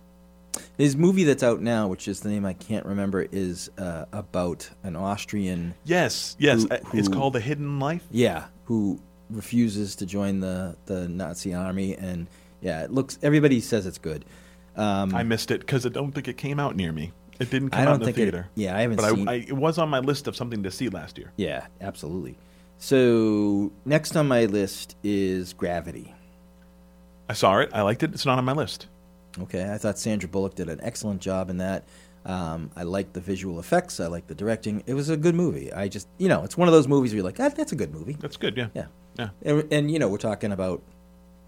A: His movie that's out now, which is the name I can't remember, is uh, about an Austrian
B: Yes, yes.
A: Who-
B: uh, it's
A: who-
B: called The Hidden Life.
A: Yeah, who refuses to join the the Nazi army, and yeah, it looks. Everybody says it's good. Um,
B: I missed it because I don't think it came out near me. It didn't come
A: I
B: out
A: don't
B: in the
A: think it-
B: theater.
A: yeah, I haven't
B: but
A: seen-
B: I, it was on my list of something to see last year.
A: yeah, absolutely. So next on my list is Gravity.
B: I saw it. I liked it. It's not on my list.
A: Okay, I thought Sandra Bullock did an excellent job in that. Um, I like the visual effects. I like the directing. It was a good movie. I just, you know, it's one of those movies where you're like, ah, that's a good movie.
B: That's good. Yeah.
A: Yeah.
B: Yeah.
A: And, and you know, we're talking about,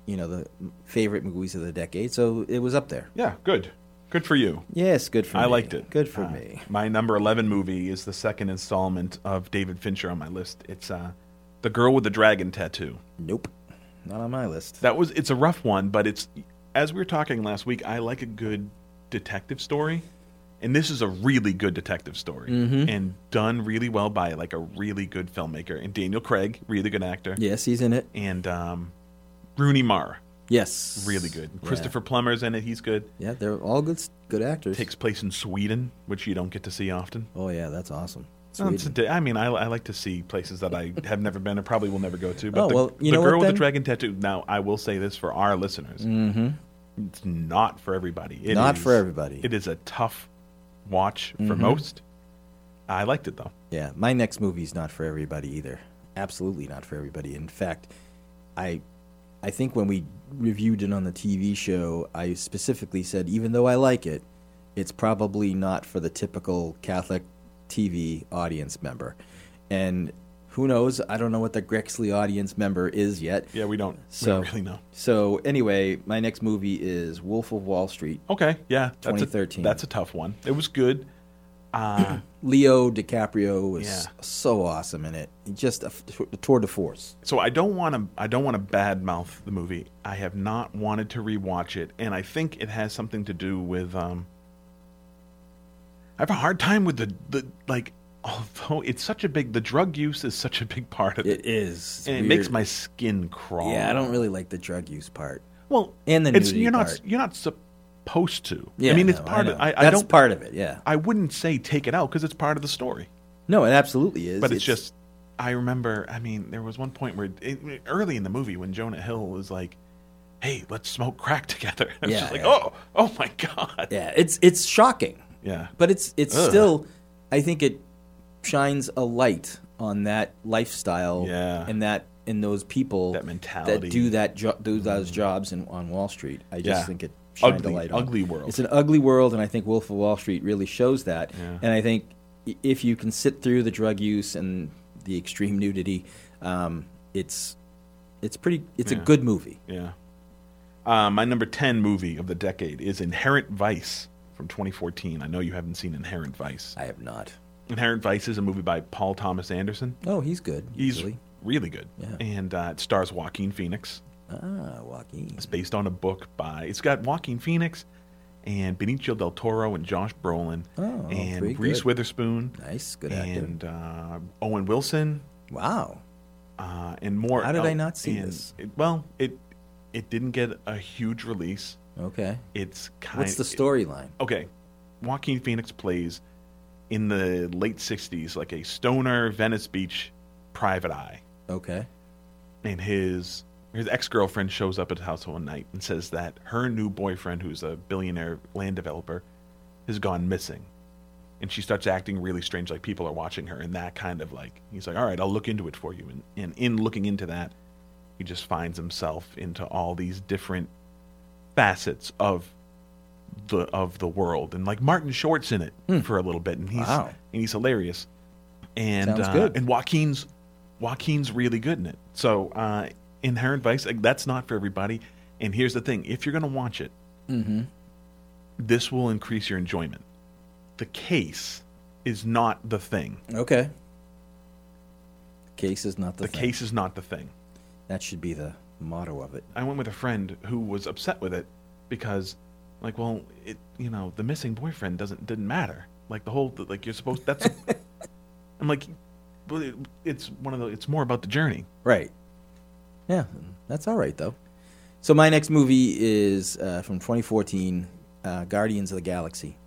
A: you know, the favorite movies of the decade, so it was up there.
B: Yeah. Good. Good for you.
A: Yes, good for
B: I
A: me.
B: liked it.
A: Good for
B: Uh,
A: me.
B: My number eleven movie is the second installment of David Fincher on my list. It's uh, the girl with the dragon tattoo.
A: Nope. Not on my list.
B: That was. It's a rough one, but it's as we were talking last week. I like a good detective story, and this is a really good detective story, and done really well by like a really good filmmaker and Daniel Craig, really good actor,
A: Yes, he's in it.
B: and um, Rooney Mara,
A: Yes.
B: really good. And
A: Yeah.
B: Christopher Plummer's in it. He's good.
A: Yeah, they're all good s- good actors.
B: Takes place in Sweden, which you don't get to see often.
A: oh yeah, that's awesome.
B: Um,
A: Sweden.
B: it's a di- I mean, I, I like to see places that I have never been and probably will never go to. But
A: Oh,
B: the,
A: well, you
B: the
A: know
B: girl
A: what,
B: with
A: then? Mm-hmm.
B: the dragon tattoo. Now, I will say this for our listeners: it's not for everybody. It
A: Not for
B: is-
A: everybody. Mm-hmm.
B: It is a tough watch for most. I liked it though.
A: Yeah, my next movie's not for everybody either. Absolutely not for everybody. In fact, I I think when we reviewed it on the TV show, I specifically said even though I like it, it's probably not for the typical Catholic TV audience member. And who knows? I don't know what the Grexley audience member is yet.
B: Yeah, we don't,
A: So-
B: we don't really know.
A: So anyway, my next movie is Wolf of Wall Street.
B: Okay, yeah, that's a-
A: 2013.
B: that's a tough one. It was good.
A: Leo DiCaprio was
B: Yeah.
A: so awesome in it. Just a f- tour de force.
B: so I don't want to I don't want to badmouth the movie. I have not wanted to rewatch it, and I think it has something to do with. Um, I have a hard time with the the like. Although it's such a big, the drug use is such a big part of it,
A: It is. It's
B: and it
A: weird.
B: makes my skin crawl.
A: Yeah, I don't really like the drug use part.
B: Well,
A: And the
B: it's,
A: nudity
B: you're not
A: part.
B: you're not supposed to.
A: Yeah,
B: I mean, it's
A: no,
B: part of.
A: know.
B: I, I
A: That's
B: don't.
A: part of it. Yeah.
B: I wouldn't say take it out because it's part of the story.
A: No, it absolutely is.
B: But it's, just, I remember. I mean, there was one point where it, early in the movie when Jonah Hill was like, "Hey, let's smoke crack together." I was
A: Yeah,
B: just like,
A: yeah.
B: "Oh, oh my god."
A: yeah, it's it's shocking,
B: Yeah.
A: but it's it's
B: Ugh.
A: still. I think it shines a light on that lifestyle.
B: Yeah.
A: And that and those people
B: That mentality.
A: that do that jo- do those jobs in, on Wall Street. I just
B: Yeah.
A: think it shined
B: Ugly-
A: a light. on-
B: ugly world.
A: It's an ugly world, and I think Wolf of Wall Street really shows that.
B: Yeah.
A: And I think i- if you can sit through the drug use and the extreme nudity, um, it's it's pretty. It's a good movie.
B: Yeah. Uh, my number ten movie of the decade is Inherent Vice from 2014. I know you haven't seen Inherent Vice.
A: I have not.
B: Inherent Vice is a movie by Paul Thomas Anderson.
A: Oh, he's good.
B: He's
A: Usually.
B: really good,
A: Yeah.
B: and uh, it stars Joaquin Phoenix.
A: ah Joaquin.
B: It's based on a book by. It's got Joaquin Phoenix, and Benicio del Toro, and Josh Brolin,
A: Oh, pretty
B: and Reese
A: good.
B: Witherspoon,
A: Nice, good actor.
B: and uh, Owen Wilson,
A: Wow.
B: uh, and more.
A: How did I
B: uh,
A: not see
B: and
A: this?
B: it- well, it it didn't get a huge release.
A: Okay.
B: It's kind.
A: What's the storyline?
B: okay, Joaquin Phoenix plays in the late '60s, like a stoner Venice Beach private eye.
A: Okay.
B: and his his ex girlfriend shows up at his house one night and says that her new boyfriend, who's a billionaire land developer, has gone missing. And she starts acting really strange, like people are watching her, and that kind of like he's like, "All right, I'll look into it for you." And and in looking into that, he just finds himself into all these different facets of the of the world, and like Martin Short's in it for a little bit, and he's
A: Wow.
B: and he's hilarious and
A: Sounds
B: uh,
A: good.
B: and Joaquin's Joaquin's really good in it. So uh, Inherent Vice like, that's not for everybody. And here's the thing: if you're going to watch it,
A: Mm-hmm.
B: this will increase your enjoyment. The case is not the thing.
A: Okay. Case is not the,
B: The
A: thing.
B: case is not the thing.
A: That should be the motto of it.
B: I went with a friend who was upset with it because, like, well, it you know the missing boyfriend doesn't didn't matter. Like the whole like you're supposed that's. I'm like, but it, it's one of the it's more about the journey.
A: Right. Yeah, that's all right though. So my next movie is uh, from 2014, uh, Guardians of the Galaxy.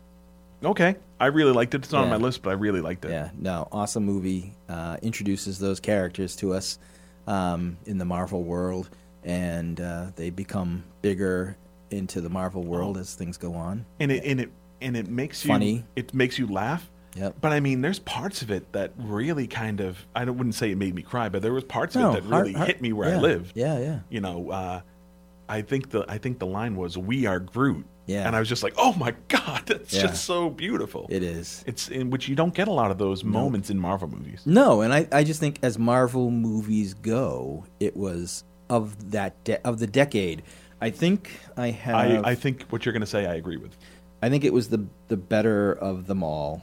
B: Okay. I really liked it. It's not on
A: Yeah.
B: my list, but I really liked it.
A: Yeah, no, awesome movie. Uh, introduces those characters to us um, in the Marvel world, and uh, they become bigger into the Marvel
B: Oh.
A: world as things go on.
B: And it and it and it makes you
A: Funny.
B: It makes you laugh.
A: Yep.
B: But I mean, there's parts of it that really kind of I don't, wouldn't say it made me cry, but there was parts
A: No,
B: of it that
A: heart-
B: really
A: heart-
B: hit me where
A: yeah,
B: I lived.
A: Yeah, yeah.
B: You know, uh, I think the I think the line was "We are Groot."
A: Yeah.
B: And I was just like, "Oh my god, that's
A: Yeah.
B: just so beautiful."
A: It is.
B: It's in which you don't get a lot of those moments in Marvel movies.
A: No, and I, I just think as Marvel movies go, it was of that de- of the decade. I think I have.
B: I,
A: I,
B: I think what you're going to say, I agree with.
A: think it was the the better of them all.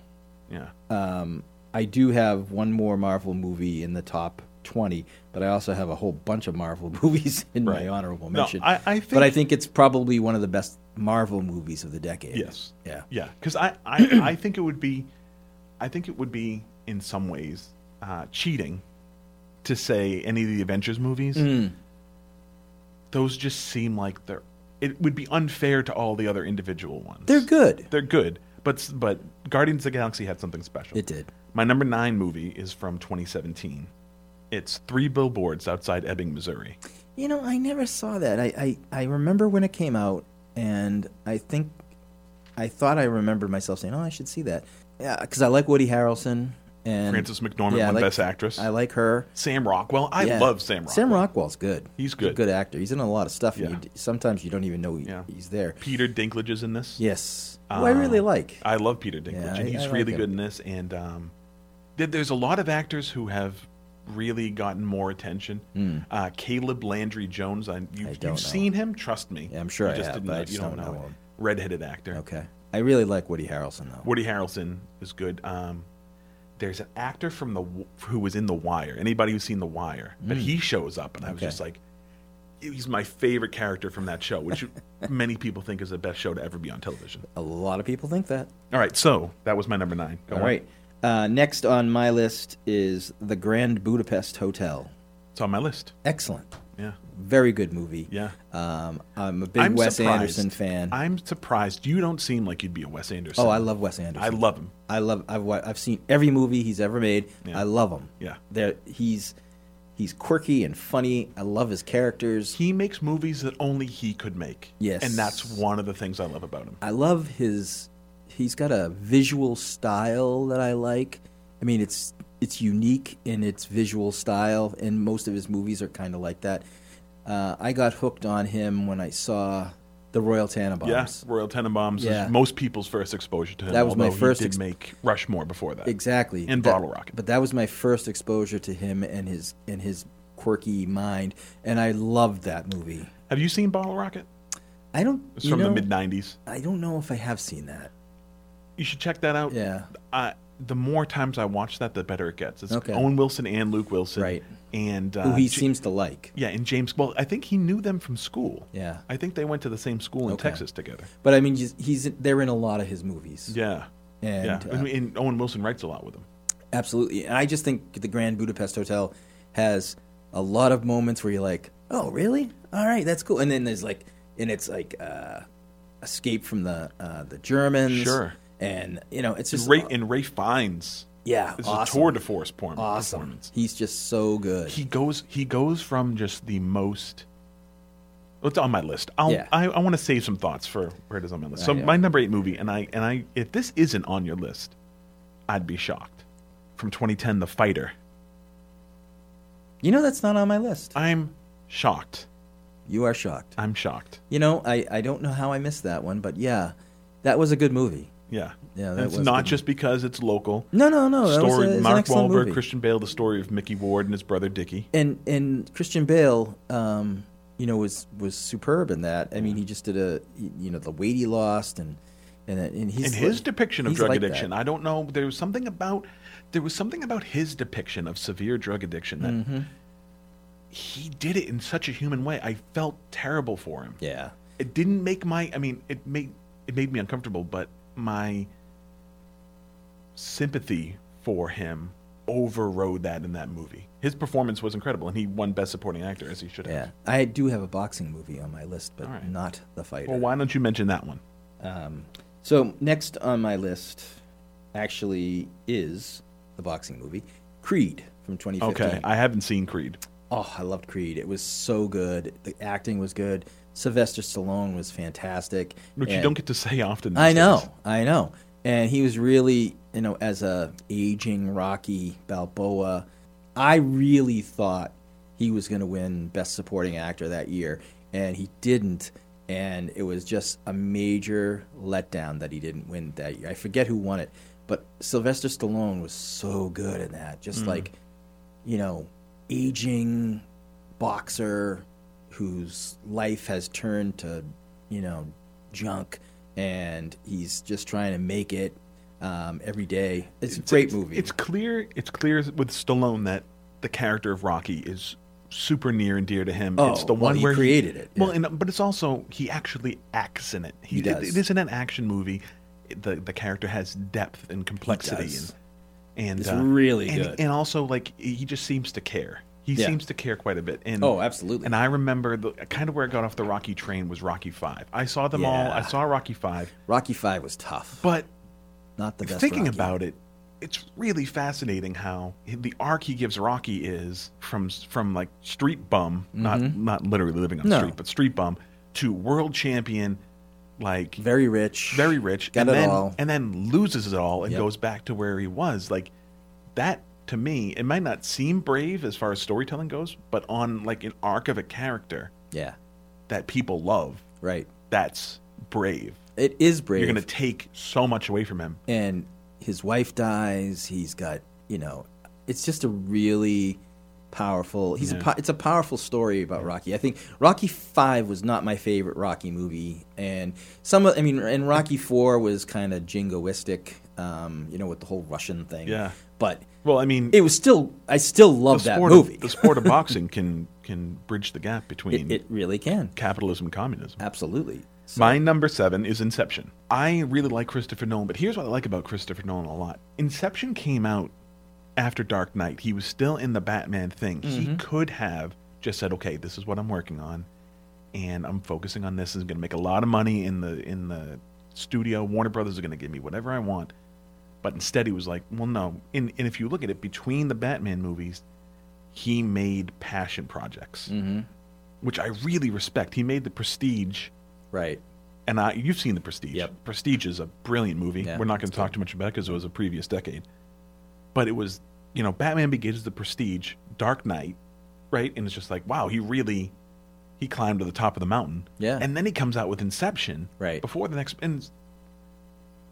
B: Yeah.
A: Um, I do have one more Marvel movie in the top twenty, but I also have a whole bunch of Marvel movies in
B: Right.
A: my honorable
B: No,
A: mention.
B: I- I
A: but I
B: think-
A: think it's probably one of the best Marvel movies of the decade.
B: Yes.
A: Yeah.
B: Yeah. Because I, I, I think it would be, I think it would be in some ways uh, cheating to say any of the Avengers movies.
A: Hmm.
B: Those just seem like they're. It would be unfair to all the other individual ones.
A: They're good.
B: They're good, But s- but Guardians of the Galaxy had something special.
A: It did.
B: My number nine movie is from 2017. It's Three Billboards Outside Ebbing, Missouri.
A: You know, I never saw that. I, I, I remember when it came out, and I think I thought I remembered myself saying, "Oh, I should see that." Yeah, because I like Woody Harrelson and
B: Frances McDormand
A: yeah, I
B: won
A: like-
B: Best Actress.
A: I like her.
B: Sam Rockwell. I
A: Yeah.
B: love Sam Rockwell.
A: Sam Rockwell's good.
B: He's
A: a
B: good.
A: good actor. He's in a lot of stuff.
B: Yeah.
A: And you, d- sometimes you don't even know he-
B: Yeah.
A: he's there.
B: Peter Dinklage is in this.
A: Yes, who I really
B: Um,
A: like.
B: I love Peter Dinklage,
A: Yeah, I-
B: and he's
A: I like
B: really
A: him.
B: good in this. And um, there- there's a lot of actors who have really gotten more attention. Uh, Caleb Landry Jones, I, you,
A: Hmm. don't
B: have
A: know.
B: you've seen him. Trust me.
A: Yeah, I'm sure
B: you
A: I
B: just
A: have,
B: didn't
A: but I
B: know,
A: just
B: you don't
A: don't
B: know.
A: know
B: it.
A: him.
B: Redheaded actor.
A: Okay, I really like Woody Harrelson though.
B: Woody Harrelson is good. Um, there's an actor from the W- who was in The Wire. Anybody who's seen The Wire, but he shows up, and I was
A: Hmm. Okay.
B: just like, he's my favorite character from that show, which many people think is the best show to ever be on television.
A: A lot of people think that.
B: All right, so that was my number nine. Go
A: All
B: on.
A: right. Uh, next on my list is The Grand Budapest Hotel.
B: it's on my list.
A: Excellent.
B: Yeah,
A: Very good movie.
B: yeah.
A: Um, I'm a big
B: I'm
A: Wes
B: surprised.
A: Anderson fan.
B: I'm surprised you don't seem like you'd be a Wes Anderson.
A: oh, I love Wes
B: I
A: Anderson.
B: love him.
A: I, love. I've wa- I've seen every movie he's ever made.
B: Yeah.
A: I love him.
B: Yeah.
A: There, he's he's quirky and funny. I love his characters.
B: He makes movies that only he could make.
A: Yes.
B: and that's one of the things I love about him.
A: I love his. He's got a visual style that I like. I mean, it's it's unique in its visual style, and most of his movies are kind of like that. Uh, I got hooked on him when I saw the Royal Tannenbaums.
B: Yeah, Royal Tenenbaums
A: Yeah.
B: is most people's first exposure to him.
A: That was my
B: although
A: first
B: He did
A: ex-
B: make Rushmore before that.
A: Exactly.
B: And
A: That-
B: Bottle Rocket.
A: But that was my first exposure to him and his and his quirky mind, and I loved that movie.
B: Have you seen Bottle Rocket?
A: I don't.
B: It's
A: you
B: from
A: know,
B: the mid '90s.
A: I don't know if I have seen that.
B: You should check that out.
A: Yeah.
B: I, the more times I watch that, the better it gets. It's
A: Okay.
B: Owen Wilson and Luke Wilson.
A: Right.
B: And uh,
A: Who he
B: J-
A: seems to like.
B: Yeah, and James. Well, I think he knew them from school.
A: Yeah.
B: I think they went to the same school in
A: Okay.
B: Texas together.
A: But I mean, he's, he's they're in a lot of his movies.
B: Yeah.
A: And,
B: yeah.
A: uh,
B: and, and Owen Wilson writes a lot with him.
A: Absolutely. And I just think the Grand Budapest Hotel has a lot of moments where you're like, oh, really? All right, that's cool. And then there's like, and it's like uh, escape from the uh, the Germans.
B: Sure.
A: And, you know, it's just,
B: Ray, and Ray Fiends.
A: yeah,
B: This is a
A: awesome.
B: tour de force form,
A: awesome.
B: performance.
A: He's just so good.
B: He goes. He goes from just the most. It's on my list. I'll,
A: Yeah.
B: I, I want to save some thoughts for where it is on my list. So
A: yeah.
B: my number eight movie, and I and I, if this isn't on your list, I'd be shocked. From 2010, The Fighter.
A: you know, that's not on my list.
B: I'm shocked.
A: You are shocked.
B: I'm shocked.
A: You know, I, I don't know how I missed that one, but yeah, that was a good movie.
B: Yeah.
A: Yeah,
B: And
A: that
B: it's
A: was
B: not
A: good.
B: just because it's local.
A: No, no, no. That was, a,
B: story
A: it was an
B: Mark
A: excellent
B: Wahlberg,
A: movie.
B: Christian Bale, the story of Mickey Ward and his brother Dickie.
A: and and Christian Bale, um, you know, was was superb in that. I mean, he just did a you know the weight he lost and and uh, and he's
B: And his
A: like-
B: depiction of
A: he's
B: drug
A: like that.
B: addiction, I don't know. There was something about there was something about his depiction of severe drug addiction that
A: Mm-hmm.
B: he did it in such a human way. I felt terrible for him.
A: Yeah,
B: It didn't make my I mean, it made it made me uncomfortable, but my sympathy for him overrode that in that movie. His performance was incredible and he won best supporting actor as he should have.
A: yeah. I do have a boxing movie on my list, but
B: All right.
A: not the fighter.
B: Well, why don't you mention that one?
A: Um, so next on my list actually is the boxing movie Creed from 2015.
B: Okay, I haven't seen Creed.
A: Oh, I loved Creed. It was so good. The acting was good. Sylvester Stallone was fantastic.
B: Which you
A: And-
B: don't get to say often.
A: I
B: these
A: know,
B: days.
A: I know. And he was really, you know, as a aging Rocky Balboa, I really thought he was going to win Best Supporting Actor that year, and he didn't. And it was just a major letdown that he didn't win that year. I forget who won it, but Sylvester Stallone was so good in that. Just like, you know, aging boxer whose life has turned to, you know, junk, and he's just trying to make it um, every day. It's a great movie.
B: It's clear. It's clear with Stallone that the character of Rocky is super near and dear to him.
A: Oh,
B: it's the
A: well,
B: one
A: he
B: where
A: created it,
B: Well, and, but it's also he actually acts in it. He,
A: He does.
B: It, it isn't an action movie. It- The the character has depth and complexity
A: does.
B: and and
A: It's
B: uh,
A: really
B: and,
A: good.
B: And also like he just seems to care. He
A: Yeah.
B: seems to care quite a bit. And
A: Oh, absolutely.
B: And I remember the kind of where I got off the Rocky train was Rocky Five. I saw them all.
A: Yeah.
B: I saw Rocky Five.
A: Rocky Five was tough.
B: But
A: not the best.
B: Thinking
A: Rocky.
B: about it, it's really fascinating how the arc he gives Rocky is from from like street bum, not not literally living on the
A: Mm-hmm. No.
B: street, but street bum to world champion, like
A: very rich,
B: very rich,
A: got
B: and
A: it
B: then
A: all.
B: and then loses it all and
A: Yep.
B: goes back to where he was. Like that to me, it might not seem brave as far as storytelling goes, but on like an arc of a character
A: yeah,
B: that people love,
A: right.
B: that's brave.
A: It is brave.
B: You're gonna take so much away from him.
A: and his wife dies. He's got you know, it's just a really powerful. He's a po- it's a powerful story about Rocky. I think Rocky Five was not my favorite Rocky movie, and some of I mean, and Rocky Four was kind of jingoistic, um, you know, with the whole Russian thing.
B: Yeah.
A: but
B: Well, I mean,
A: it was still I still love that movie.
B: Of, the sport of boxing can can bridge the gap
A: it,
B: between
A: it really can
B: capitalism and communism.
A: absolutely. So-
B: My number seven is Inception. I really like Christopher Nolan, but here's what I like about Christopher Nolan a lot. Inception came out after Dark Knight. He was still in the Batman thing. He could have just said, "Okay, this is what I'm working on, and I'm focusing on this. This is going to make a lot of money in the in the studio. Warner Brothers are going to give me whatever I want." But instead, he was like, "Well, no." And, and if you look at it, between the Batman movies, he made passion projects, which I really respect. He made The Prestige
A: right.
B: and I, you've seen the Prestige.
A: Yep.
B: Prestige is a brilliant movie.
A: Yeah,
B: We're not going to talk too much about it because it was a previous decade, but it was you know Batman Begins, the Prestige, Dark Knight, right? And it's just like wow, he really he climbed to the top of the mountain.
A: Yeah.
B: and then he comes out with Inception,
A: Right.
B: Before the next and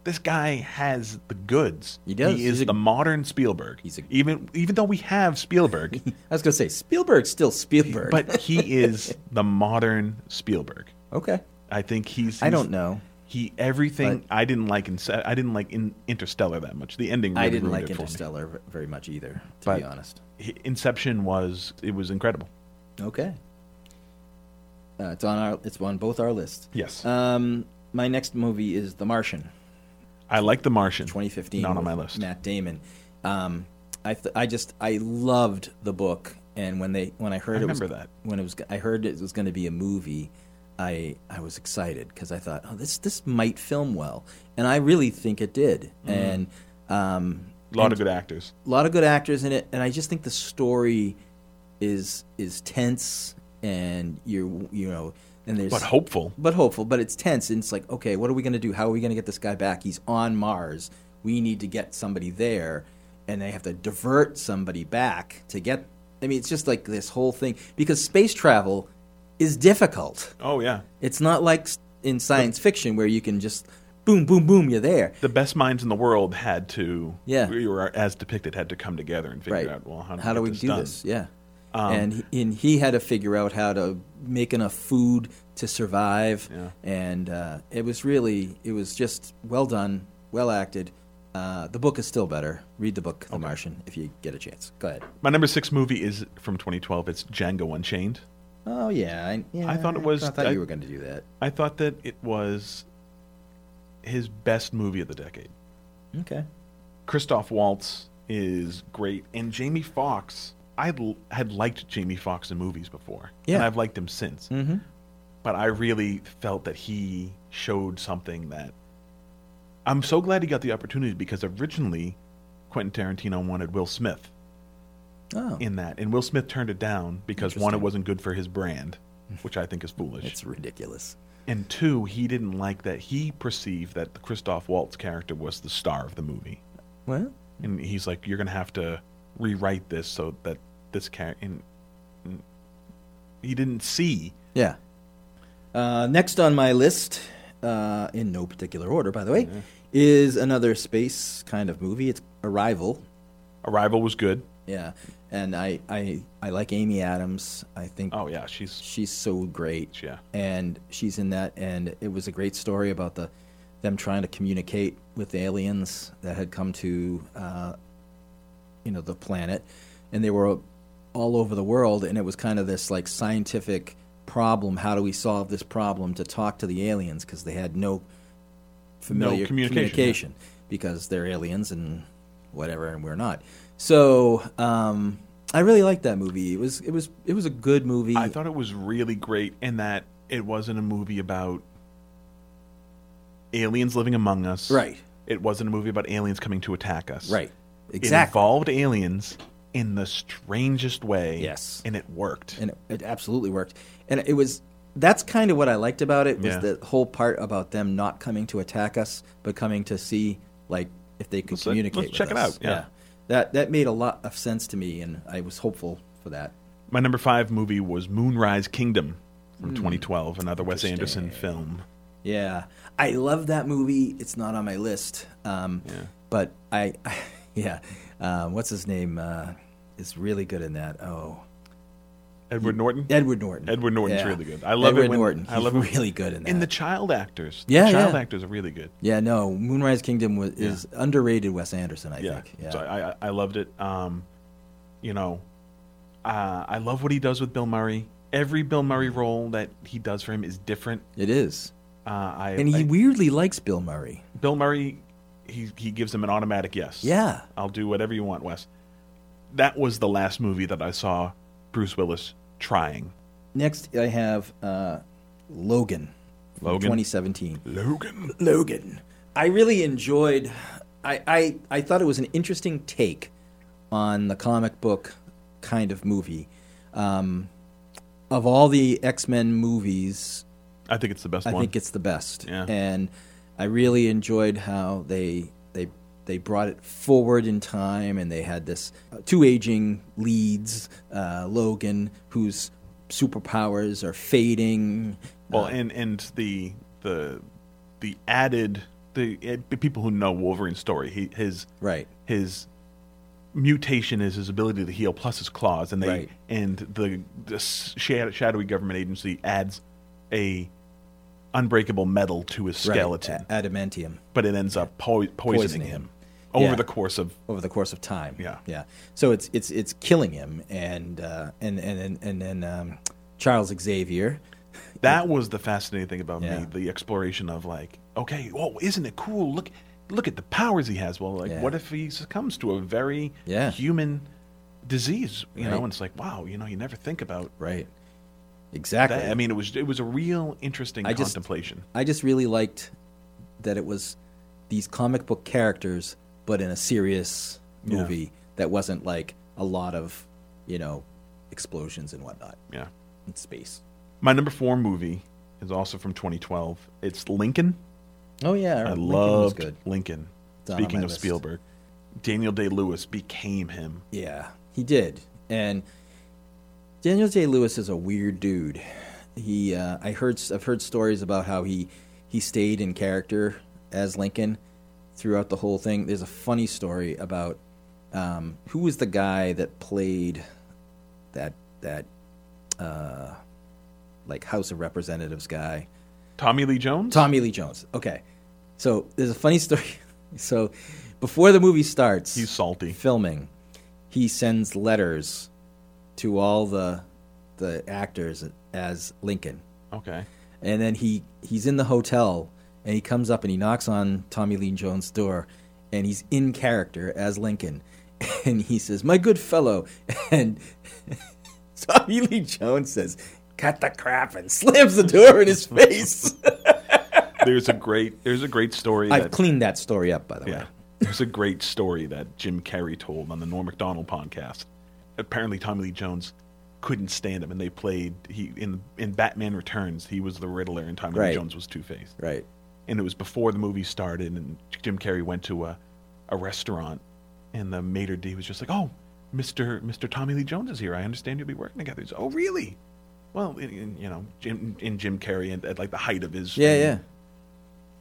B: this guy has the goods.
A: He does.
B: He is
A: He's a-
B: the modern Spielberg.
A: He's a-
B: even even though we have Spielberg,
A: I was gonna say Spielberg's still Spielberg,
B: but he is the modern Spielberg.
A: okay.
B: I think he's.
A: I
B: he's-
A: don't know.
B: He everything I didn't like in I didn't like in Interstellar that much. The ending really
A: I didn't
B: ruined
A: like
B: it for me.
A: Interstellar v- very much either, to
B: But-
A: be honest.
B: Hi- Inception was it was incredible.
A: Okay. Uh, it's on our. It's on both our lists.
B: Yes,
A: Um, my next movie is The Martian,
B: I like The Martian.
A: 2015.
B: Not on my
A: with
B: list.
A: Matt Damon. Um, I th- I just I loved the book, and when they when I heard
B: I
A: it was,
B: remember that.
A: when it was I heard it was going to be a movie, I I was excited because I thought, oh, this this might film well, and I really think it did,
B: Mm-hmm.
A: and um,
B: A lot of good actors.
A: a lot of good actors in it, and I just think the story is is tense, and you're you know, and there's
B: But hopeful.
A: but hopeful, but it's tense, and it's like, okay, what are we going to do? How are we going to get this guy back? He's on Mars. We need to get somebody there, and they have to divert somebody back to get. I mean, it's just like this whole thing because space travel is difficult.
B: Oh yeah.
A: It's not like s- in science fiction where you can just boom, boom, boom, you're there.
B: The best minds in the world had to
A: Yeah.
B: we were as depicted had to come together and figure
A: right.
B: out well how, to
A: do
B: get
A: we do
B: done. Um,
A: this? Yeah. and he, and he had to figure out how to make enough food to survive.
B: Yeah.
A: And uh, it was really it was just well done, well acted. Uh, the book is still better. Read the book, The Martian, if you get a chance. Go ahead.
B: My number six movie is from 2012. It's Django Unchained.
A: Oh yeah, I, yeah,
B: I thought it was-
A: I thought
B: I-
A: you were going to do that.
B: I thought that it was his best movie of the decade.
A: Okay.
B: Christoph Waltz is great, and Jamie Foxx. I l- had liked Jamie Foxx in movies before, and
A: Yeah.
B: I've liked him since. Mm-hmm. But I really felt that he showed something that I'm so glad he got the opportunity because originally Quentin Tarantino wanted Will Smith
A: Oh,
B: in that, and Will Smith turned it down because one, it wasn't good for his brand, which I think is foolish
A: it's ridiculous.
B: and two, he didn't like that he perceived that the Christoph Waltz character was the star of the movie,
A: Well,
B: and he's like, "You're gonna have to rewrite this so that this character." And, and he didn't see.
A: Yeah. Uh, next on my list, uh, in no particular order, by the way, is another space kind of movie. It's Arrival.
B: Arrival was good.
A: Yeah, and I I I like Amy Adams. I think
B: Oh yeah, she's
A: she's so great.
B: Yeah.
A: and she's in that, and it was a great story about the them trying to communicate with aliens that had come to uh, you know the planet, and they were all over the world, and it was kind of this like scientific problem. How do we solve this problem to talk to the aliens because they had no familiar
B: communication, yeah.
A: communication because they're aliens and whatever, and we're not. So um, I really liked that movie. It was it was it was a good movie.
B: I thought it was really great in that it wasn't a movie about aliens living among us.
A: Right.
B: It wasn't a movie about aliens coming to attack us.
A: Right.
B: It
A: Exactly.
B: involved aliens in the strangest way.
A: Yes.
B: And it worked.
A: and it, it absolutely worked. And it was that's kind of what I liked about it was
B: Yeah.
A: the whole part about them not coming to attack us, but coming to see like if they could
B: Let's-
A: communicate.
B: let's
A: with
B: check it
A: us.
B: out, yeah.
A: that that made a lot of sense to me, and I was hopeful for that.
B: My number five movie was Moonrise Kingdom
A: Hmm.
B: from 2012, another Wes Anderson film.
A: Yeah, I love that movie. It's not on my list, um, but I, yeah, um, what's his name uh, is really good in that. Oh,
B: Edward Norton.
A: Edward Norton.
B: Edward Norton's
A: Yeah.
B: really good. I love
A: Edward
B: it when,
A: Norton.
B: I
A: He's
B: love it when-
A: really good in that.
B: And the child actors.
A: Yeah,
B: the child
A: yeah.
B: actors are really good.
A: Yeah, no, Moonrise Kingdom was, is underrated. Wes Anderson, I
B: Yeah.
A: think. Yeah,
B: So I, I I loved it. Um, you know, uh, I love what he does with Bill Murray. Every Bill Murray role that he does for him is different.
A: it is.
B: Uh, I
A: And he
B: I-
A: weirdly likes Bill Murray.
B: Bill Murray, he he gives him an automatic yes.
A: Yeah.
B: I'll do whatever you want, Wes. That was the last movie that I saw Bruce Willis trying.
A: Next, I have uh, Logan, from
B: Logan?
A: 2017.
B: Logan.
A: Logan. I really enjoyed. I, I I thought it was an interesting take on the comic book kind of movie. Um, of all the X Men movies,
B: I think it's the best
A: I
B: one.
A: think it's the best.
B: Yeah.
A: And I really enjoyed how they they they brought it forward in time, and they had this uh, two aging leads, uh, Logan, whose superpowers are fading.
B: well,
A: Uh,
B: and and the the the added the eh, people who know Wolverine's story, he his
A: Right.
B: his mutation is his ability to heal plus his claws and they
A: Right.
B: and the, the s- shad- shadowy government agency adds a unbreakable metal to his
A: right.
B: skeleton
A: A- adamantium.
B: but it ends up po- poisoning,
A: Poisoning
B: him,
A: him.
B: over
A: Yeah.
B: the course of
A: over the course of time.
B: Yeah.
A: yeah. So it's it's it's killing him, and uh, and and and and then um, Charles Xavier.
B: that was the fascinating thing about
A: Yeah.
B: me the exploration of like okay whoa isn't it cool look look at the powers he has well like
A: Yeah.
B: what if he succumbs to a very
A: Yeah.
B: human disease you know
A: Right.
B: and it's like wow you know you never think about
A: Right. Exactly.
B: that i mean it was it was a real interesting
A: I just-
B: contemplation
A: I just really liked that it was these comic book characters, but in a serious
B: Yeah.
A: movie that wasn't like a lot of you know explosions and whatnot
B: yeah
A: in space.
B: my number four movie is also from 2012 it's lincoln
A: Oh yeah,
B: i
A: Lincoln was
B: loved
A: good.
B: lincoln
A: It's on
B: speaking
A: my
B: of
A: list.
B: spielberg daniel day-lewis became him
A: Yeah, he did. And Daniel J. Lewis is a weird dude. He, uh, I heard, I've heard stories about how he he stayed in character as Lincoln throughout the whole thing. There's a funny story about um, who was the guy that played that that uh, like House of Representatives guy.
B: tommy lee jones
A: Tommy Lee Jones. Okay, so there's a funny story. So before the movie starts,
B: he's salty
A: filming, he sends letters to all the the actors as Lincoln.
B: okay
A: And then he he's in the hotel and he comes up and he knocks on Tommy Lee Jones' door and he's in character as Lincoln. And he says, "My good fellow." And Tommy Lee Jones says, "Cut the crap," and slams the door in his face.
B: there's a great there's a great story
A: I've
B: that
A: cleaned that story up, by the way.
B: yeah there's a great story that Jim Carrey told on the Norm Macdonald podcast. Apparently Tommy Lee Jones couldn't stand him and they played he in in Batman Returns he was the Riddler and Tommy
A: Right.
B: Lee Jones was Two-Face.
A: Right.
B: And it was before the movie started and Jim Carrey went to a a restaurant and the maitre d was just like, "Oh, Mr. Mr. Tommy Lee Jones is here. I understand you'll be working together." He's, "Oh, really?" Well, in, in, you know, Jim in Jim Carrey and at like the height of his
A: Yeah, yeah.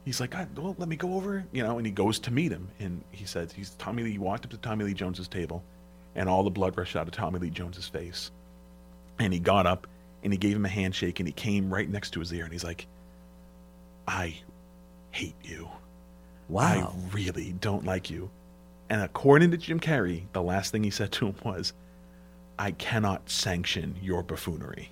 B: he's like, God, well, let me go over, you know, and he goes to meet him. And he says, he's Tommy Lee, he walked up to Tommy Lee Jones's table and all the blood rushed out of Tommy Lee Jones's face. And he got up and he gave him a handshake and he came right next to his ear and he's like, I hate you.
A: Wow.
B: I really don't like you. And according to Jim Carrey, the last thing he said to him was, I cannot sanction your buffoonery.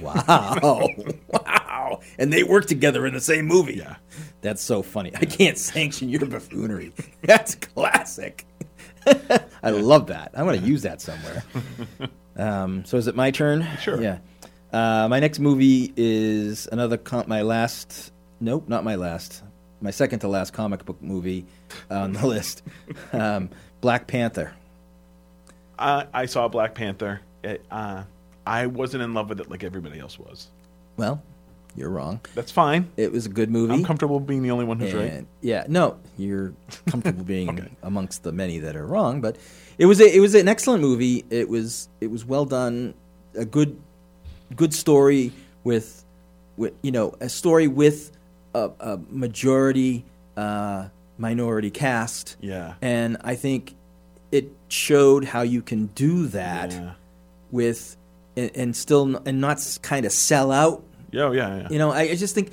A: Wow. wow. And they work together in the same movie.
B: Yeah.
A: That's so funny. I can't sanction your buffoonery. That's classic. I love that. I want to use that somewhere. Um, so is it my turn?
B: Sure.
A: Yeah. Uh, my next movie is another comp. My last. Nope, not my last. my second to last comic book movie on the list, um, Black Panther.
B: I, I saw Black Panther. It, uh, I wasn't in love with it like everybody else was.
A: Well, you're wrong.
B: That's fine.
A: It was a good movie.
B: I'm comfortable being the only one who's right.
A: And- Yeah, no, you're comfortable being amongst the many that are wrong, but it was a, it was an excellent movie. It was it was well done, a good good story with with you know a story with a, a majority uh, minority cast.
B: Yeah.
A: and I think it showed how you can do that
B: Yeah.
A: with and, and still n- and not kind of sell out.
B: Yeah, yeah, yeah.
A: You know, I, I just think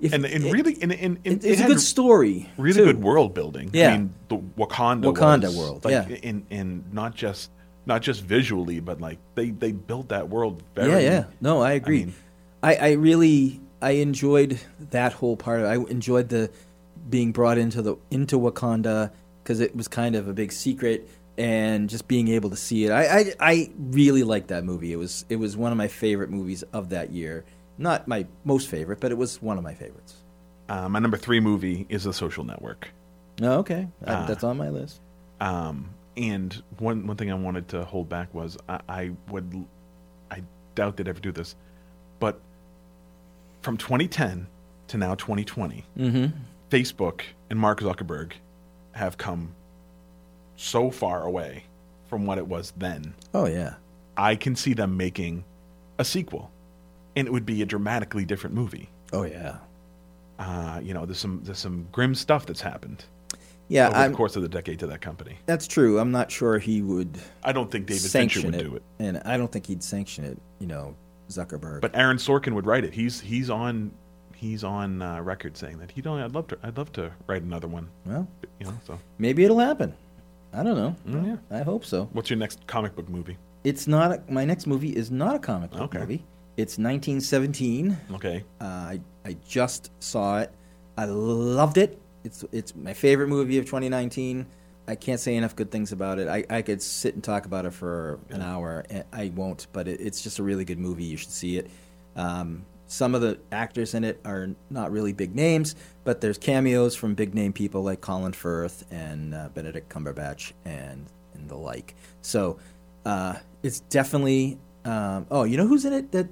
A: if
B: and and
A: it-
B: really, and, and, and
A: it- it's a
B: had
A: good story.
B: really
A: too.
B: good world building.
A: Yeah.
B: I mean, the Wakanda,
A: Wakanda
B: was,
A: world,
B: like,
A: yeah.
B: in in not just not just visually, but like they they built that world. Very,
A: Yeah, yeah. No, I agree. I,
B: mean-
A: I, really I enjoyed that whole part. I enjoyed the being brought into the into Wakanda because it was kind of a big secret and just being able to see it. I, I I really liked that movie. It was it was one of my favorite movies of that year. Not my most favorite, but it was one of my favorites.
B: Uh, my number three movie is The Social Network.
A: No, Oh, okay, I- that's on my list.
B: Um, and one one thing I wanted to hold back was I, I would I doubt they'd ever do this, but from 2010 to now 2020,
A: Mm-hmm.
B: Facebook and Mark Zuckerberg have come so far away from what it was then.
A: Oh yeah,
B: I can see them making a sequel, and it would be a dramatically different movie.
A: oh yeah,
B: Uh, you know, there's some there's some grim stuff that's happened
A: yeah.
B: over
A: I'm,
B: the course of the decade to that company.
A: that's true. I'm not sure he would
B: I don't think David Fincher
A: sanction
B: would
A: it,
B: do it.
A: and I don't think he'd sanction it. You know, Zuckerberg.
B: But Aaron Sorkin would write it. He's he's on he's on uh, record saying that he don't. I'd love to. I'd love to write another one.
A: well,
B: But, You know. So
A: Maybe it'll happen. I don't know.
B: mm, yeah.
A: I hope so.
B: What's your next comic book movie?
A: It's not a, my next movie is not a comic book
B: Okay.
A: movie. It's 1917.
B: Okay.
A: Uh, I I just saw it. I loved it. It's it's my favorite movie of 2019. I can't say enough good things about it. I, I could sit and talk about it for an hour. and I won't, but it, it's just a really good movie. You should see it. Um, some of the actors in it are not really big names, but there's cameos from big name people like Colin Firth and uh, Benedict Cumberbatch and and the like. So uh, it's definitely. Um, oh, you know who's in it that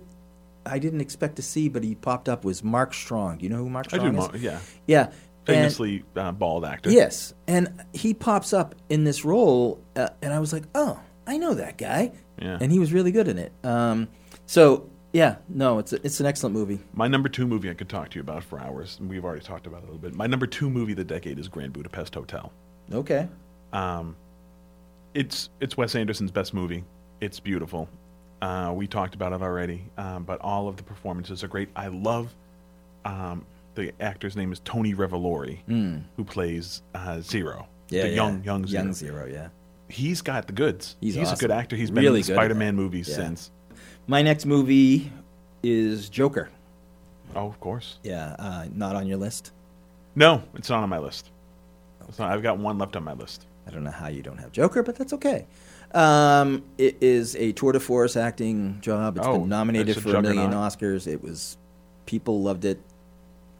A: I didn't expect to see, but he popped up was Mark Strong. You know who Mark
B: I
A: Strong
B: do.
A: is?
B: Mo- yeah.
A: yeah, and-
B: Famously uh, bald actor.
A: Yes, and he pops up in this role, uh, and I was like, oh, I know that guy.
B: Yeah.
A: And he was really good in it. Um, so yeah, no, it's a, it's an excellent movie.
B: My number two movie I could talk to you about for hours, and we've already talked about it a little bit. My number two movie of the decade is Grand Budapest Hotel.
A: Okay.
B: Um, it's it's Wes Anderson's best movie. It's beautiful. Uh, we talked about it already, um, but all of the performances are great. I love um, the actor's name is Tony Revolori,
A: Hmm.
B: who plays uh, Zero, the young young Zero.
A: zero. Yeah.
B: He's got the goods.
A: He's
B: a good
A: awesome.
B: actor. He's been
A: Really
B: in
A: good
B: the
A: at
B: Spider-Man movies
A: Yeah.
B: since.
A: My next movie is Joker.
B: Oh, of course.
A: Yeah, uh, not on your list.
B: No, it's not on my list. It's not, I've got one left on my list.
A: I don't know how you don't have Joker, but that's okay. Um, it is a tour de force acting job. It's
B: Oh,
A: been nominated
B: it's a
A: for a million
B: juggernaut.
A: Oscars. It was people loved it.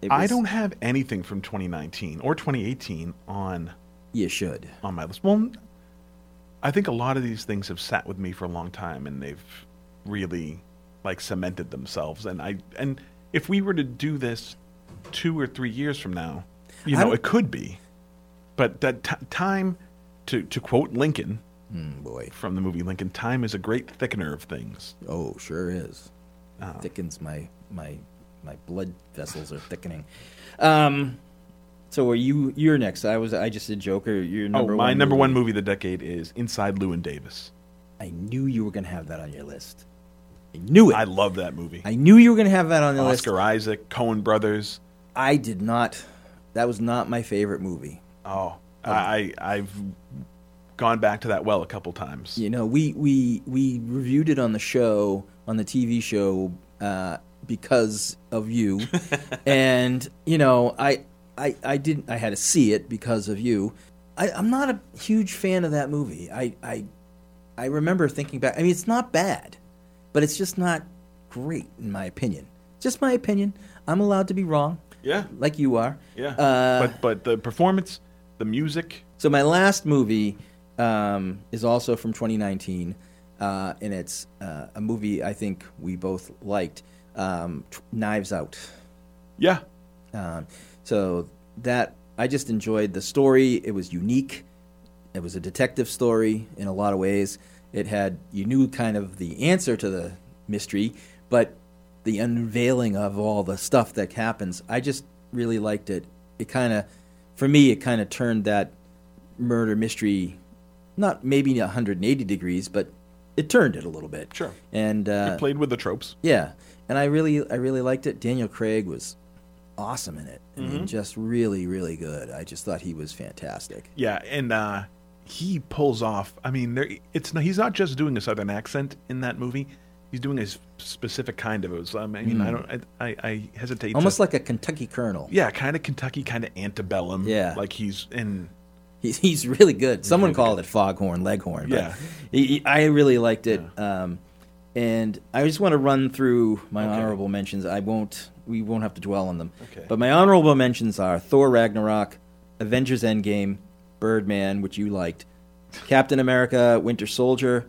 A: it
B: I
A: was-
B: don't have anything from 2019 or 2018 on
A: You should.
B: on my list. Well, I think a lot of these things have sat with me for a long time, and they've really like cemented themselves. And I and if we were to do this two or three years from now, you
A: I
B: know,
A: don't-
B: it could be. But that t- time, to to quote Lincoln
A: Mm, boy.
B: from the movie Lincoln, time is a great thickener of things.
A: Oh, sure is.
B: Oh.
A: Thickens my my my blood vessels are thickening. Um, so are you? You're next. I was. I just did Joker. Your number
B: oh, my
A: one
B: number
A: movie.
B: one movie of the decade is Inside Llewyn Davis.
A: I knew you were gonna have that on your list. I knew it.
B: I
A: I,
B: love that movie.
A: knew you were gonna have that on your list.
B: Oscar Isaac, Cohen Brothers.
A: I did not. That was not my favorite movie.
B: Oh,
A: Um,
B: I, I I've gone back to that well a couple times.
A: You know, we we we reviewed it on the show on the TV show uh, because of you, and you know, I I I didn't I had to see it because of you. I, I'm not a huge fan of that movie. I I I remember thinking back. I mean, it's not bad, but it's just not great in my opinion. Just my opinion. I'm allowed to be wrong.
B: Yeah.
A: like you are.
B: Yeah.
A: Uh,
B: but but the performance, the music,
A: so my last movie um, is also from 2019, uh, and it's uh, a movie I think we both liked, um, Tw- Knives Out.
B: yeah,
A: Um, so that I just enjoyed the story. It was unique. It was a detective story in a lot of ways. It had you knew kind of the answer to the mystery, but the unveiling of all the stuff that happens. I just really liked it. It kind of, for me, it kind of turned that murder mystery, not maybe 180 degrees, but it turned it a little bit.
B: Sure.
A: And uh,
B: it played with the tropes.
A: yeah, and I really, I really liked it. Daniel Craig was awesome in it. I mean, just really, really good. I just thought he was fantastic.
B: Yeah, and uh, he pulls off. I mean, there it's not, he's not just doing a southern accent in that movie. He's doing a s- specific kind of it. Was, I mean, I don't. I, I, I hesitate.
A: Hmm. Almost
B: to,
A: like a Kentucky Colonel.
B: yeah, kind of Kentucky, kind of antebellum.
A: Yeah.
B: like he's in.
A: He's, he's really good. Someone called it foghorn, leghorn. But
B: Yeah.
A: he, he- I really liked it. Um, and I just want to run through my honorable mentions. I won't. We won't have to dwell on them.
B: Okay.
A: But my honorable mentions are Thor Ragnarok, Avengers Endgame, Birdman, which you liked, Captain America: Winter Soldier,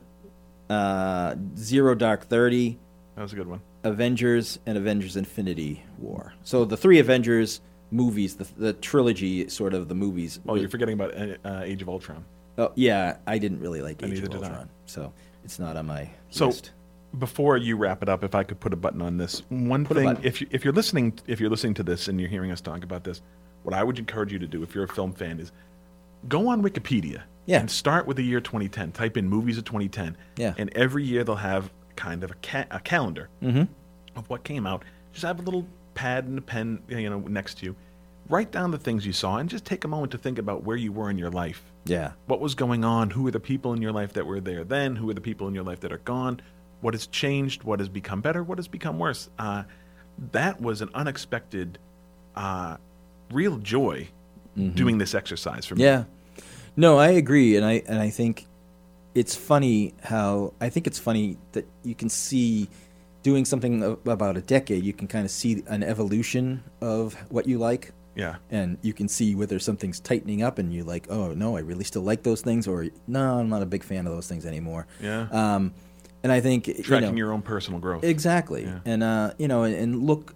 A: uh, Zero Dark Thirty,
B: That was a good one.
A: Avengers and Avengers Infinity War. So the three Avengers movies, the, the trilogy, sort of the movies.
B: Oh, you're forgetting about uh, uh, Age of Ultron.
A: Oh, yeah, I didn't really like Age
B: neither
A: of
B: did I.
A: Ultron, so it's not on my
B: So,
A: list.
B: before you wrap it up, if I could put a button on this, one
A: a
B: thing:
A: button.
B: if you, if you're listening, if you're listening to this and you're hearing us talk about this, what I would encourage you to do, if you're a film fan, is go on Wikipedia
A: Yeah.
B: and start with the year 2010. Type in movies of 2010,
A: Yeah.
B: and every year they'll have kind of a, ca- a calendar
A: Mm-hmm.
B: of what came out. Just have a little pad and a pen, you know, next to you. Write down the things you saw, and just take a moment to think about where you were in your life
A: Yeah,
B: what was going on who are the people in your life that were there then who are the people in your life that are gone what has changed what has become better what has become worse uh, that was an unexpected uh, real joy doing this exercise for me
A: Mm-hmm. yeah. No, I agree, and I and I think it's funny how I think it's funny that you can see doing something a- about a decade, you can kind of see an evolution of what you like.
B: yeah
A: and you can see whether something's tightening up and you're like oh no i really still like those things or no i'm not a big fan of those things anymore
B: Yeah.
A: um, and i think you
B: tracking
A: know-
B: your own personal growth
A: exactly and uh, you know and, and look